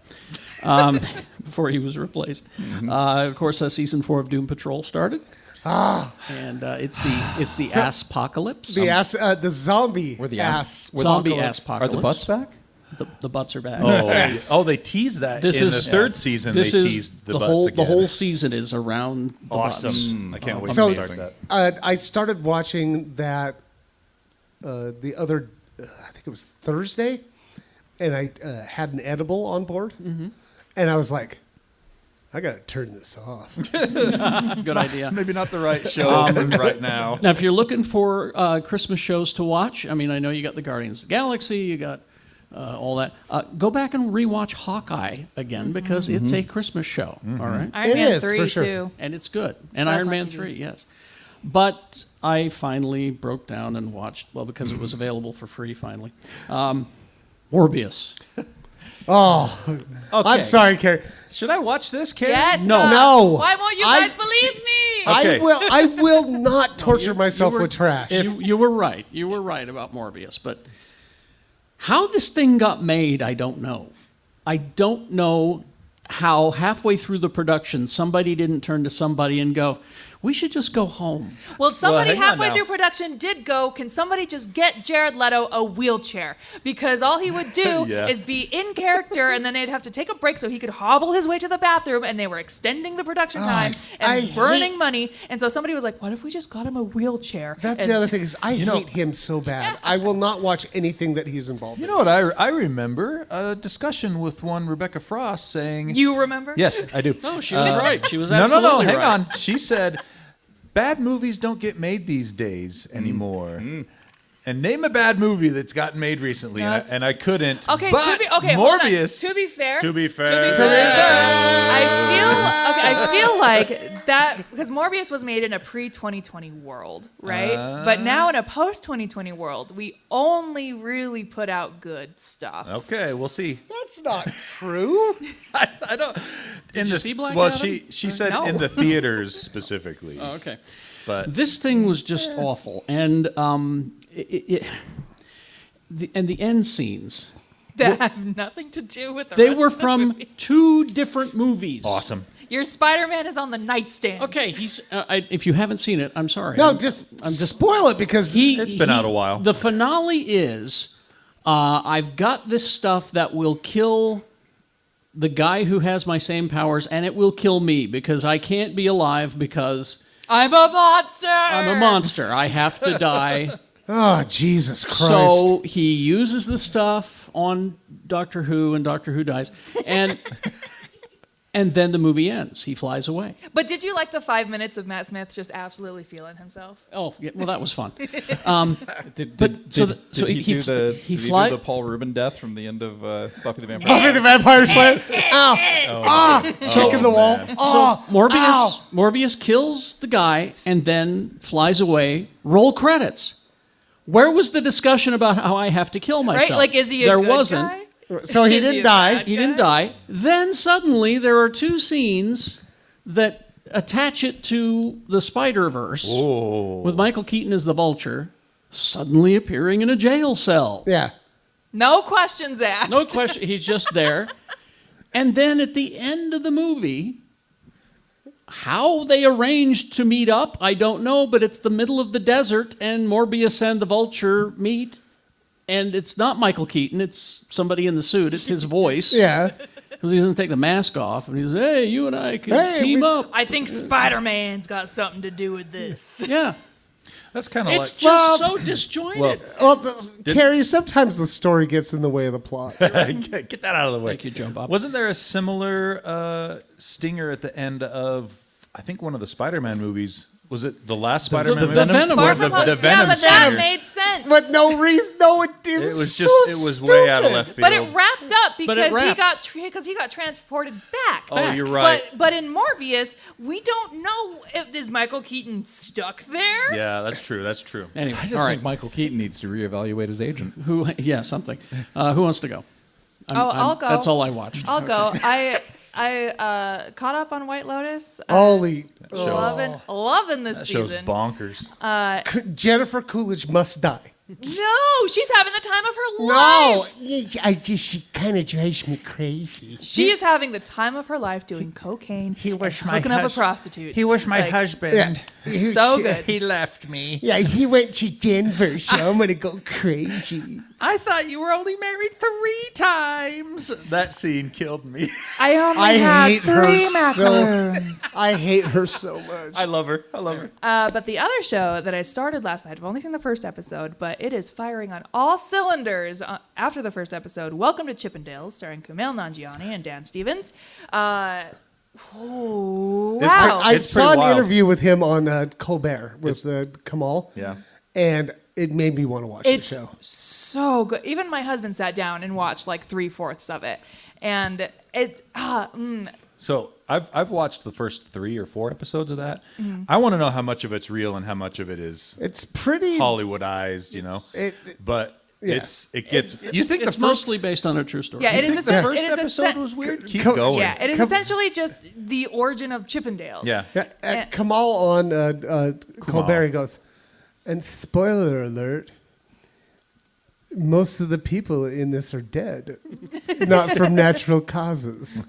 Speaker 3: Yeah. Um, before he was replaced. Uh, of course, uh, season four of Doom Patrol started. Ah. And uh, it's the it's the ass apocalypse. Um,
Speaker 7: the ass, uh, the zombie
Speaker 6: Where the
Speaker 7: ass.
Speaker 6: ass-
Speaker 3: zombie ass
Speaker 7: apocalypse.
Speaker 6: Are
Speaker 3: apocalypse.
Speaker 6: the butts back?
Speaker 3: The, the butts are back.
Speaker 2: Oh, oh, they teased that
Speaker 3: This
Speaker 2: in
Speaker 3: is
Speaker 2: the third season.
Speaker 3: This
Speaker 2: they
Speaker 3: is
Speaker 2: teased
Speaker 3: the,
Speaker 2: the, butts
Speaker 3: whole
Speaker 2: again.
Speaker 3: the whole season is around the
Speaker 2: awesome.
Speaker 3: butts.
Speaker 2: I can't wait
Speaker 7: So
Speaker 2: to start that.
Speaker 7: uh, I started watching that uh, the other, uh, I think it was Thursday, and I uh, had an edible on board, and I was like, I gotta turn this off.
Speaker 3: Mm. Good idea.
Speaker 2: Maybe not the right show right now.
Speaker 3: Now, if you're looking for uh, Christmas shows to watch, I mean, I know you got the Guardians of the Galaxy, you got uh, all that. Uh, go back and rewatch Hawkeye
Speaker 2: Mm-hmm.
Speaker 3: again because it's a Christmas show. all right,
Speaker 4: Iron
Speaker 7: It
Speaker 4: Man
Speaker 7: is,
Speaker 4: 3,
Speaker 7: for sure.
Speaker 4: too.
Speaker 3: and it's good. And
Speaker 4: That's
Speaker 3: Iron
Speaker 4: on
Speaker 3: Man
Speaker 4: TV.
Speaker 3: three, yes. But I finally broke down and watched well because it was available for free. Finally, um, Morbius.
Speaker 7: Oh, I'm sorry, Carrie.
Speaker 2: Should I watch this, Karen?
Speaker 4: Yes.
Speaker 3: No.
Speaker 4: uh,
Speaker 7: No.
Speaker 4: Why won't you
Speaker 7: I-
Speaker 4: guys believe me?
Speaker 2: Okay.
Speaker 7: I will. I will not torture myself with trash.
Speaker 3: you, you were right. You were right about Morbius, but how this thing got made, I don't know. I don't know how halfway through the production somebody didn't turn to somebody and go, "We should just go home."
Speaker 4: Well, somebody
Speaker 2: hang on
Speaker 4: halfway
Speaker 2: now.
Speaker 4: through production did go, can somebody just get Jared Leto a wheelchair? Because all he would do
Speaker 2: Yeah.
Speaker 4: is be in character, and then they'd have to take a break so he could hobble his way to the bathroom, and they were extending the production time and
Speaker 7: I
Speaker 4: burning
Speaker 7: hate-
Speaker 4: money. And so somebody was like, what if we just got him a wheelchair?
Speaker 7: That's
Speaker 4: And-
Speaker 7: the other thing is I hate him so bad. I will not watch anything that he's involved
Speaker 2: You
Speaker 7: in.
Speaker 2: know what? I, I remember a discussion with one Rebecca Frost saying.
Speaker 4: You remember?
Speaker 2: yes, I do.
Speaker 3: No, she was right. She was
Speaker 2: no, no,
Speaker 3: absolutely
Speaker 2: no. Hang
Speaker 3: right.
Speaker 2: on. She said, "Bad movies don't get made these days anymore." And name a bad movie that's gotten made recently, and I,
Speaker 4: That's-
Speaker 2: and I couldn't.
Speaker 4: Okay,
Speaker 2: but
Speaker 4: to be okay. hold on.
Speaker 2: Morbius.
Speaker 4: To be fair.
Speaker 2: To be fair.
Speaker 4: To be fair. I feel okay, I feel like that because Morbius was made in a pre-2020 world, right? but now in a post-2020 world, we only really put out good stuff.
Speaker 2: okay, we'll see.
Speaker 7: That's not true.
Speaker 2: I, I don't. in
Speaker 3: you
Speaker 2: the,
Speaker 3: see Black
Speaker 2: Well,
Speaker 3: Adam?
Speaker 2: she she said
Speaker 4: no.
Speaker 2: in the theaters specifically,
Speaker 3: Oh, okay.
Speaker 2: but
Speaker 3: This thing was just awful, and um, it, it, it- the, and the end scenes.
Speaker 4: That have nothing to do with the
Speaker 3: They
Speaker 4: rest
Speaker 3: were
Speaker 4: of the
Speaker 3: from
Speaker 4: movie.
Speaker 3: two different movies.
Speaker 2: awesome.
Speaker 4: Your Spider-Man is on the nightstand.
Speaker 3: Okay, he's. Uh, I, if you haven't seen it, I'm sorry.
Speaker 7: No,
Speaker 3: I'm-
Speaker 7: just
Speaker 3: I'm just
Speaker 7: spoil it because
Speaker 3: He-
Speaker 2: It's been
Speaker 3: he-
Speaker 2: out a while.
Speaker 3: The finale is uh, I've got this stuff that will kill the guy who has my same powers, and it will kill me because I can't be alive because
Speaker 4: I'm a monster.
Speaker 3: I'm a monster. I have to die.
Speaker 7: Oh Jesus Christ!
Speaker 3: so he uses the stuff on Doctor Who, and Doctor Who dies, and and then the movie ends. He flies away.
Speaker 4: But did you like the five minutes of Matt Smith just absolutely feeling himself?
Speaker 3: Oh, yeah, well, that was fun.
Speaker 6: Did, did,
Speaker 3: But- so
Speaker 6: did-
Speaker 3: the- so
Speaker 6: did
Speaker 3: he-
Speaker 6: he, do
Speaker 3: he-
Speaker 6: the
Speaker 3: he
Speaker 6: did
Speaker 3: fly-
Speaker 6: he do the Paul Rubin death from the end of uh, Buffy the Vampire?
Speaker 7: Buffy the Vampire Slayer. Ow! Ah! Kick in the wall. Oh,
Speaker 3: Morbius
Speaker 7: ow.
Speaker 3: Morbius kills the guy and then flies away. Roll credits. Where was the discussion about how I have to kill myself?
Speaker 4: Right? Like, is he a
Speaker 3: there
Speaker 4: good
Speaker 3: wasn't.
Speaker 4: guy?
Speaker 7: So he
Speaker 4: Is he
Speaker 7: didn't
Speaker 4: a
Speaker 7: die.
Speaker 4: bad-
Speaker 3: He didn't die. Then suddenly there are two scenes that attach it to the Spider Verse with Michael Keaton as the Vulture suddenly appearing in a jail cell.
Speaker 7: Yeah.
Speaker 4: No questions asked.
Speaker 3: No question. He's just there. And then at the end of the movie, how they arranged to meet up, I don't know, but it's the middle of the desert and Morbius and the vulture meet. And it's not Michael Keaton, it's somebody in the suit, it's his voice.
Speaker 7: Yeah.
Speaker 3: Because he doesn't take the mask off. And he's, hey, you and I can
Speaker 7: Hey,
Speaker 3: team
Speaker 7: we-
Speaker 3: up.
Speaker 4: I think Spider Man's got something to do with this.
Speaker 3: Yeah.
Speaker 2: That's kind of
Speaker 3: It's
Speaker 2: like
Speaker 3: just so
Speaker 7: Well-
Speaker 3: disjointed.
Speaker 6: Well,
Speaker 7: Well, the, Carrie, sometimes the story gets in the way of the plot.
Speaker 2: get, get that out of the way.
Speaker 3: Thank you, Joe Bob.
Speaker 2: Wasn't there a similar uh, stinger at the end of I think one of the Spider-Man movies? Was it the last Spider-Man?
Speaker 3: the
Speaker 2: movie?
Speaker 3: Venom Venom
Speaker 4: Far
Speaker 3: Or
Speaker 4: from
Speaker 2: the,
Speaker 4: home.
Speaker 2: the
Speaker 4: yeah,
Speaker 2: Venom
Speaker 4: but that
Speaker 2: stinger.
Speaker 4: made sense.
Speaker 7: but no reason. No, it, it,
Speaker 2: it was
Speaker 7: so
Speaker 2: just it was way out of
Speaker 7: stupid.
Speaker 2: left field.
Speaker 4: But it wrapped up
Speaker 3: But it
Speaker 4: because he
Speaker 3: wrapped.
Speaker 4: got because he got transported back.
Speaker 2: Oh, you're right.
Speaker 4: But but in Morbius, we don't know if is Michael Keaton stuck there.
Speaker 2: yeah, that's true. That's true.
Speaker 3: anyway,
Speaker 6: I just
Speaker 3: all right.
Speaker 6: think Michael Keaton needs to reevaluate his agent.
Speaker 3: who? Yeah, something. Uh, who wants to go? I'm-
Speaker 4: Oh,
Speaker 3: I'm-
Speaker 4: I'll go.
Speaker 3: That's all I watched.
Speaker 4: I'll go. I I uh, caught up on White Lotus. I'm
Speaker 7: Ollie,
Speaker 4: loving loving this
Speaker 2: Oh. That show's
Speaker 4: season.
Speaker 2: bonkers.
Speaker 7: C- Jennifer Coolidge must die.
Speaker 4: No, she's having the time of her life.
Speaker 7: No, I just she kind of drives me crazy.
Speaker 4: She is having the time of her life doing cocaine. He was my hooking up a prostitute. He was my husband.
Speaker 7: Yeah,
Speaker 4: So good.
Speaker 7: yeah, he went to Denver, so I'm gonna go crazy.
Speaker 2: I thought you were only married three times. That scene killed me.
Speaker 4: I only
Speaker 7: I
Speaker 4: had
Speaker 7: hate her
Speaker 4: three
Speaker 7: so-
Speaker 4: macaroons.
Speaker 7: I hate her so much.
Speaker 2: I love her. I love her.
Speaker 4: Uh, but the other show that I started last night, I've only seen the first episode, but it is firing on all cylinders uh, after the first episode. Welcome to Chippendales, starring Kumail Nanjiani and Dan Stevens. Uh, oh,
Speaker 2: It's
Speaker 4: wow.
Speaker 7: I
Speaker 2: It's pretty
Speaker 7: saw an
Speaker 2: wild.
Speaker 7: interview with him on uh, Colbert with uh, Kamal.
Speaker 2: Yeah.
Speaker 7: and it made me want to watch
Speaker 4: it's
Speaker 7: the show.
Speaker 4: so good. Even my husband sat down and watched like three fourths of it. And it, ah, mm,
Speaker 2: So I've I've watched the first three or four episodes of that. I want to know how much of it's real and how much of it is
Speaker 7: It's pretty.
Speaker 2: Hollywoodized, you know.
Speaker 7: It-
Speaker 2: but
Speaker 7: yeah.
Speaker 2: it's it gets.
Speaker 4: It's-
Speaker 2: you think
Speaker 3: it's
Speaker 2: the first
Speaker 3: mostly based on a true story.
Speaker 4: yeah, it
Speaker 2: you
Speaker 4: is
Speaker 2: think
Speaker 4: essen-
Speaker 2: the first
Speaker 4: it is
Speaker 2: episode
Speaker 4: essen-
Speaker 2: was weird? Keep
Speaker 7: co-
Speaker 2: going.
Speaker 4: Yeah, it is
Speaker 7: Come-
Speaker 4: essentially just the origin of Chippendales.
Speaker 2: Yeah.
Speaker 7: Yeah,
Speaker 4: Eh.
Speaker 7: uh, Kamal on uh, uh, Colbert he goes, and spoiler alert, most of the people in this are dead, not from natural causes.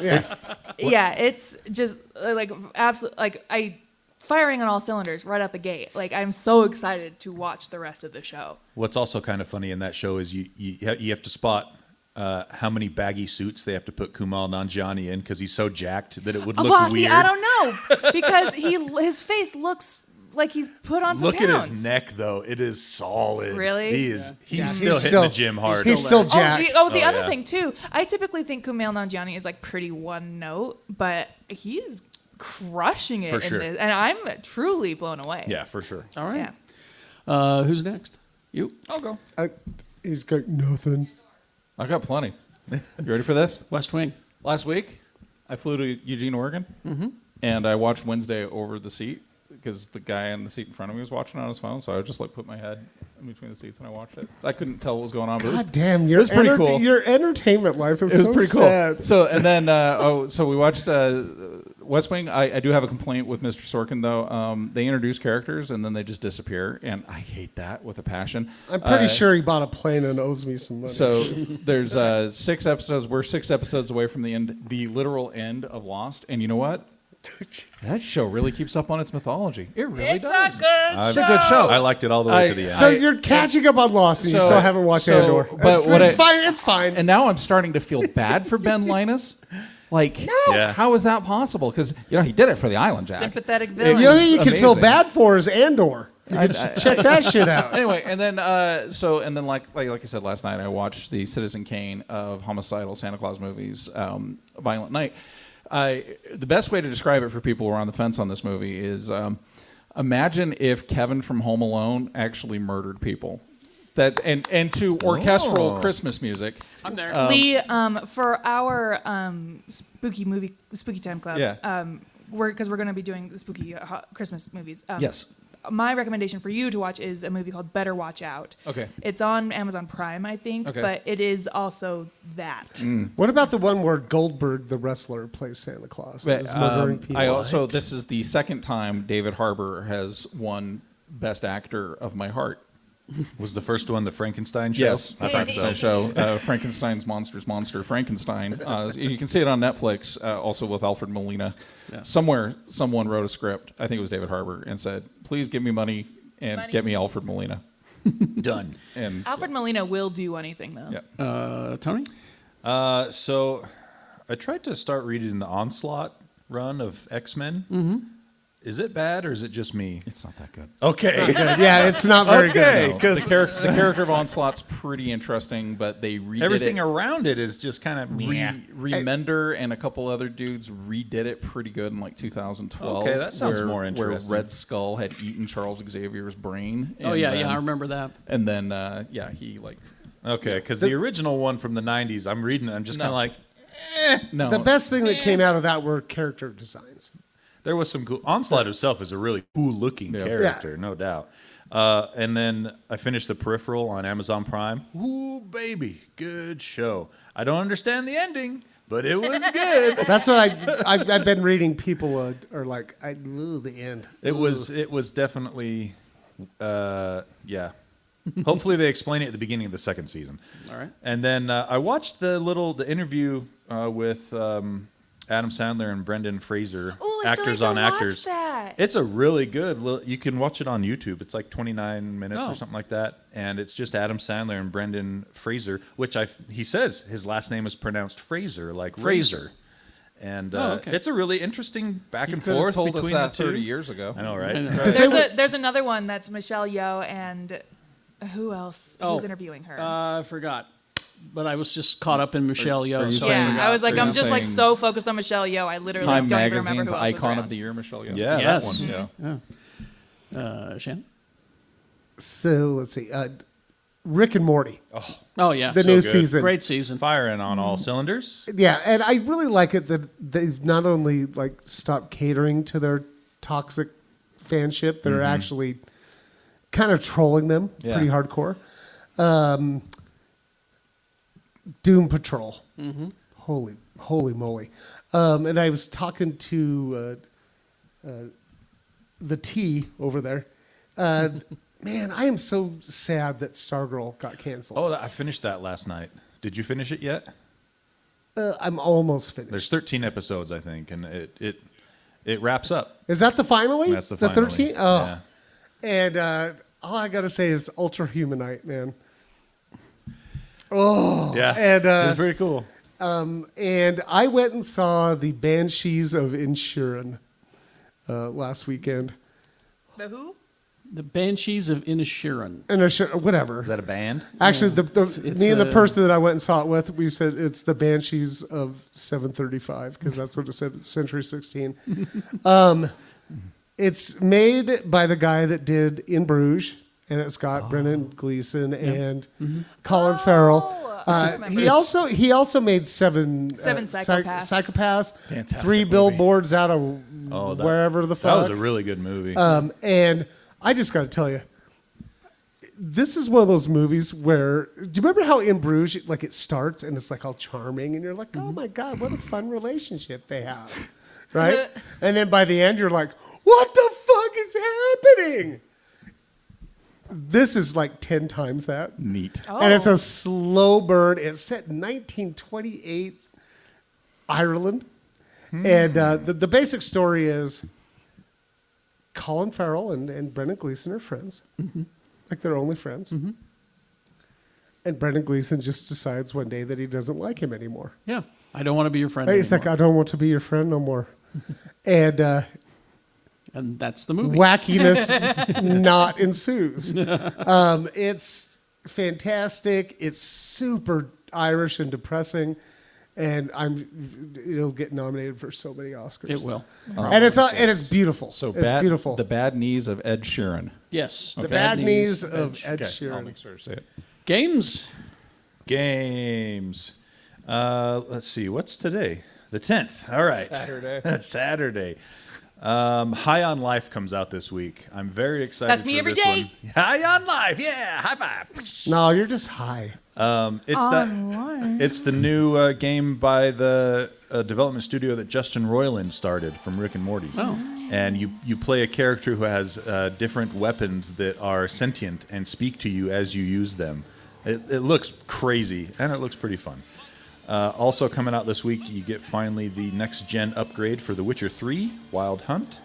Speaker 7: Yeah,
Speaker 4: yeah it's just uh, like absolutely like i firing on all cylinders right out the gate like i'm so excited to watch the rest of the show
Speaker 2: What's also kind of funny in that show is you you, ha- you have to spot uh, how many baggy suits they have to put Kumal Nanjiani in because he's so jacked that it would look
Speaker 4: well
Speaker 2: weird.
Speaker 4: see i don't know because he his face looks like he's put on some
Speaker 2: look
Speaker 4: pounds
Speaker 2: at his neck though; it is solid.
Speaker 4: Really?
Speaker 2: He is. He's
Speaker 7: Yeah.
Speaker 2: still
Speaker 7: He's
Speaker 2: hitting
Speaker 7: still-
Speaker 2: the gym hard.
Speaker 7: he's still
Speaker 4: Oh, the,
Speaker 7: jacked.
Speaker 4: oh, the
Speaker 2: Oh,
Speaker 4: other
Speaker 2: yeah.
Speaker 4: thing too. I typically think Kumail Nanjiani is like pretty one note, but he is crushing it
Speaker 2: For
Speaker 4: in
Speaker 2: sure.
Speaker 4: this, and I'm truly blown away.
Speaker 2: yeah, for sure.
Speaker 3: All right.
Speaker 4: yeah.
Speaker 3: Uh, who's next? You.
Speaker 2: I'll go.
Speaker 4: oh.
Speaker 7: Uh, he's got nothing.
Speaker 6: I've got plenty. You ready for this?
Speaker 3: West Wing.
Speaker 6: Last week, I flew to Eugene, Oregon, and I watched Wednesday over the seat because the guy in the seat in front of me was watching on his phone. So I just like put my head in between the seats and I watched it. I couldn't tell what was going on. But it was-
Speaker 7: God damn, your,
Speaker 6: was pretty
Speaker 7: enter-
Speaker 6: cool.
Speaker 7: your entertainment life is
Speaker 6: it was
Speaker 7: so
Speaker 6: pretty cool.
Speaker 7: sad.
Speaker 6: So and then uh, oh, so we watched uh, West Wing. I, I do have a complaint with Mr. Sorkin though. Um, they introduce characters and then they just disappear, and I hate that with a passion.
Speaker 7: I'm pretty
Speaker 6: Uh,
Speaker 7: sure he bought a plane and owes me some money.
Speaker 6: So there's uh, six episodes. We're six episodes away from the end, the literal end of Lost, and you know what? That show really keeps up on its mythology. It really
Speaker 4: It's a
Speaker 6: does.
Speaker 4: good
Speaker 6: It's a good show.
Speaker 2: I liked it all the way
Speaker 6: Oh. I-
Speaker 2: to the end.
Speaker 7: So
Speaker 6: I-
Speaker 7: you're catching up on Lost, and you
Speaker 6: So-
Speaker 7: still haven't watched
Speaker 6: so-
Speaker 7: Andor.
Speaker 6: but
Speaker 7: It's,
Speaker 6: what
Speaker 7: it's
Speaker 6: I-
Speaker 7: fine. It's fine.
Speaker 6: And now I'm starting to feel bad for Ben Linus. Like,
Speaker 2: Yeah.
Speaker 6: how is that possible? Because you know he did it for the Island Jack.
Speaker 4: Sympathetic
Speaker 6: It
Speaker 4: villain.
Speaker 7: the only
Speaker 6: was
Speaker 7: thing you can feel
Speaker 6: amazing.
Speaker 7: bad for is Andor. You
Speaker 6: I-
Speaker 7: can
Speaker 6: I-
Speaker 7: check that shit out.
Speaker 6: anyway, and then uh, so and then like, like like I said last night, I watched the Citizen Kane of homicidal Santa Claus movies, um, Violent Night. I the best way to describe it for people who are on the fence on this movie is um, imagine if Kevin from Home Alone actually murdered people. That and and to orchestral
Speaker 7: Oh.
Speaker 6: Christmas music.
Speaker 3: I'm there.
Speaker 4: Lee, um, for our um, spooky movie, spooky time club,
Speaker 6: Yeah.
Speaker 4: um, we're because we're going to be doing the spooky uh, ho- Christmas movies. Um,
Speaker 6: Yes.
Speaker 4: My recommendation for you to watch is a movie called Better Watch Out.
Speaker 6: Okay.
Speaker 4: It's on Amazon Prime, I think,
Speaker 6: Okay. Mm.
Speaker 4: but it is also that.
Speaker 7: What about the one where Goldberg, the wrestler, plays Santa Claus? and
Speaker 6: But,
Speaker 7: is
Speaker 6: um,
Speaker 7: murdering people.
Speaker 6: I also this is the second time David Harbour has won Best Actor of My Heart.
Speaker 2: was the first one the Frankenstein show?
Speaker 6: Yes, the
Speaker 2: I thought so.
Speaker 6: Frankenstein show, uh, Frankenstein's Monsters Monster Frankenstein. Uh, you can see it on Netflix, uh, also with Alfred Molina.
Speaker 3: Yeah.
Speaker 6: Somewhere, someone wrote a script. I think it was David Harbour, and said, "Please give me money and
Speaker 4: Money. Uh,
Speaker 6: get me Alfred Molina."
Speaker 2: Done.
Speaker 6: And
Speaker 4: Alfred Molina will do anything though.
Speaker 6: yeah,
Speaker 3: Uh, Tony.
Speaker 2: Uh, so I tried to start reading the Onslaught run of X Men. Mm-hmm. Is it bad or is it just me?
Speaker 6: It's not that good.
Speaker 2: Okay.
Speaker 7: yeah, it's not very
Speaker 2: Okay.
Speaker 7: good.
Speaker 6: No, the, character, the character of Onslaught's pretty interesting, but they redid
Speaker 2: Everything
Speaker 6: it.
Speaker 2: around it is just kind of
Speaker 6: Re- Remender and a couple other dudes redid it pretty good in like 2012.
Speaker 2: Okay, that sounds
Speaker 6: where-
Speaker 2: more interesting.
Speaker 6: Where Red Skull had eaten Charles Xavier's brain.
Speaker 3: Oh
Speaker 6: and
Speaker 3: yeah,
Speaker 6: then-
Speaker 3: yeah, I remember that.
Speaker 6: And then, uh, yeah, he like
Speaker 2: Okay, because the, original one from the 90s, I'm reading it, I'm just
Speaker 6: No.
Speaker 2: kind of like,
Speaker 6: no
Speaker 7: The best thing that came out of that were character designs.
Speaker 2: there was some cool. Onslaught himself is a really cool looking
Speaker 6: Yeah.
Speaker 2: character, no doubt. Uh, and then I finished The Peripheral on Amazon Prime. Ooh, baby, good show. I don't understand the ending, but it was good.
Speaker 7: That's what I, I've, I've been reading. People uh, are like, I ooh, the end.
Speaker 2: It
Speaker 7: Ooh.
Speaker 2: was it was definitely, uh, yeah. Hopefully they explain it at the beginning of the second season.
Speaker 3: All right.
Speaker 2: And then uh, I watched the little the interview uh, with um, Adam Sandler and Brendan Fraser,
Speaker 4: Ooh, I still
Speaker 2: actors
Speaker 4: need to
Speaker 2: on
Speaker 4: watch
Speaker 2: actors.
Speaker 4: that.
Speaker 2: It's a really good. Li- you can watch it on YouTube. It's like 29 minutes
Speaker 3: Oh.
Speaker 2: or something like that, and it's just Adam Sandler and Brendan Fraser, which I f- he says his last name is pronounced Fraser, like
Speaker 3: Fraser.
Speaker 2: razor. And
Speaker 3: Oh,
Speaker 2: uh,
Speaker 3: okay.
Speaker 2: it's a really interesting back
Speaker 6: You
Speaker 2: and
Speaker 6: could have
Speaker 2: forth
Speaker 6: told us
Speaker 2: between
Speaker 6: that
Speaker 2: the two.
Speaker 6: 30 years ago.
Speaker 2: I know, right?
Speaker 3: I know.
Speaker 2: Right.
Speaker 7: Because
Speaker 4: There's,
Speaker 7: they
Speaker 4: a, there's another one that's Michelle Yeoh and who else?
Speaker 3: Oh,
Speaker 4: Who's interviewing her?
Speaker 3: Uh, I forgot, but I I was just caught up in Michelle Yeoh.
Speaker 6: are you
Speaker 3: so
Speaker 6: saying-
Speaker 3: I
Speaker 4: yeah,
Speaker 3: forgot.
Speaker 4: I was like,
Speaker 6: You're
Speaker 4: I'm just like
Speaker 6: saying-
Speaker 4: so focused on Michelle Yeoh, I literally
Speaker 6: Time
Speaker 4: don't even remember
Speaker 6: Magazine's
Speaker 4: who else was
Speaker 6: Icon
Speaker 4: around.
Speaker 6: of the Year, Michelle Yeoh.
Speaker 2: Yeah,
Speaker 3: Yes.
Speaker 2: that one. Yeah.
Speaker 3: Uh, Shannon.
Speaker 7: So let's see. Uh, Rick and Morty,
Speaker 3: Oh yeah,
Speaker 7: the
Speaker 3: So
Speaker 7: new
Speaker 2: good.
Speaker 7: season.
Speaker 3: great season.
Speaker 2: Firing on all cylinders.
Speaker 7: Yeah, and I really like it that they've not only like stopped catering to their toxic fanship, they're actually kind of trolling them
Speaker 6: Yeah.
Speaker 7: pretty hardcore. Um, Doom Patrol, holy holy moly! Um, and I was talking to uh, the T over there. Uh, man, I am so sad that Stargirl got canceled.
Speaker 2: Oh, I finished that last night. Did you finish it yet?
Speaker 7: Uh, I'm almost finished.
Speaker 2: There's 13 episodes, I think, and it it it wraps up.
Speaker 7: Is that the finally?
Speaker 2: That's the finale.
Speaker 7: 13? Oh.
Speaker 2: Yeah.
Speaker 7: And uh, all I got to say is Ultra Humanite, man.
Speaker 2: Yeah,
Speaker 7: and, uh,
Speaker 2: it was very cool.
Speaker 7: And I went and saw the Banshees of Insurin uh, last weekend.
Speaker 4: The who?
Speaker 3: The Banshees of Inisherin.
Speaker 7: And I should, whatever.
Speaker 2: Is that a band?
Speaker 7: Actually, the, the,
Speaker 3: it's
Speaker 7: me and the
Speaker 3: a-
Speaker 7: person that I went and saw it with, we said it's the Banshees of 735 because that's what it said. It's Century 16. um, it's made by the guy that did In Bruges, and it's
Speaker 3: Oh.
Speaker 7: got Brennan Gleeson and
Speaker 3: Mm-hmm.
Speaker 7: Colin Farrell.
Speaker 4: Oh, I
Speaker 7: Uh,
Speaker 4: remember.
Speaker 7: he also he also made seven uh,
Speaker 4: Seven
Speaker 7: psych-
Speaker 4: Psychopaths.
Speaker 7: psychopaths,
Speaker 6: Fantastic
Speaker 7: three
Speaker 6: movie.
Speaker 7: billboards out of
Speaker 2: Oh, that-
Speaker 7: wherever the
Speaker 2: That
Speaker 7: fuck.
Speaker 2: was a really good movie.
Speaker 7: Um, and I just got to tell you, this is one of those movies where do you remember how in Bruges like it starts and it's like all charming and you're like, oh my god, what a fun relationship they have, right? and then by the end, you're like, what the fuck is happening? This is like ten times that,
Speaker 6: Neat.
Speaker 4: Oh.
Speaker 7: and it's a slow burn. It's set in 1928 Ireland. And uh, the, the basic story is Colin Farrell and, and Brendan Gleeson are friends. Like they're only friends. And Brendan Gleeson just decides one day that he doesn't like him anymore.
Speaker 3: Yeah, I don't want to be your friend.
Speaker 7: Right? He's like,
Speaker 3: anymore.
Speaker 7: I don't want to be your friend no more. and uh,
Speaker 3: and that's the movie.
Speaker 7: wackiness not ensues. Um, it's fantastic. It's super Irish and depressing. And I'm, it'll get nominated for so many Oscars.
Speaker 3: It will.
Speaker 7: and it's not, and it's beautiful.
Speaker 6: So
Speaker 7: it's
Speaker 6: bad,
Speaker 7: beautiful.
Speaker 6: The bad knees of Ed Sheeran.
Speaker 3: Yes.
Speaker 7: The bad knees of Ed
Speaker 6: I'll
Speaker 7: Sheeran.
Speaker 6: make sure to say it.
Speaker 3: Games.
Speaker 2: Games. Uh, let's see. What's today? The 10th. All right. Saturday. Saturday. Um, High on Life comes out this week. I'm very excited.
Speaker 4: That's me
Speaker 2: for
Speaker 4: every
Speaker 2: this
Speaker 4: day.
Speaker 2: one. High on Life. Yeah. High five.
Speaker 7: No, you're just high.
Speaker 2: It's that. It's the new uh, game by the uh, development studio that Justin Roiland started from Rick and Morty.
Speaker 3: Oh.
Speaker 2: And you you play a character who has uh, different weapons that are sentient and speak to you as you use them. It, it looks crazy and it looks pretty fun. Uh, also coming out this week, you get finally the next gen upgrade for The Witcher 3: Wild Hunt.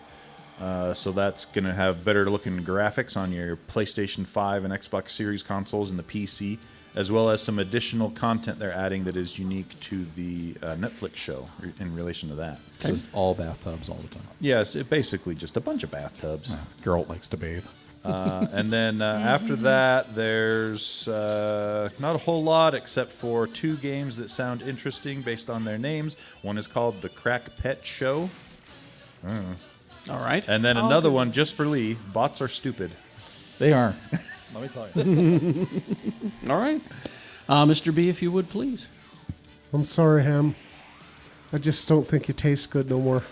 Speaker 2: Uh, so that's going to have better looking graphics on your PlayStation 5 and Xbox Series consoles and the PC. as well as some additional content they're adding that is unique to the uh, Netflix show re- in relation to that.
Speaker 6: It's just all bathtubs all the time.
Speaker 2: Yes, it basically just a bunch of bathtubs.
Speaker 6: Girl likes to bathe.
Speaker 2: Uh, and then uh, after that, there's uh, not a whole lot except for two games that sound interesting based on their names. One is called The Crack Pet Show,
Speaker 3: All right.
Speaker 2: and then
Speaker 4: Oh,
Speaker 2: another
Speaker 4: good.
Speaker 2: one just for Lee Bots Are Stupid.
Speaker 6: They are. Let me tell you.
Speaker 3: All right. Uh, Mr. B, if you would please.
Speaker 7: I'm sorry, Ham. I just don't think you taste good no more.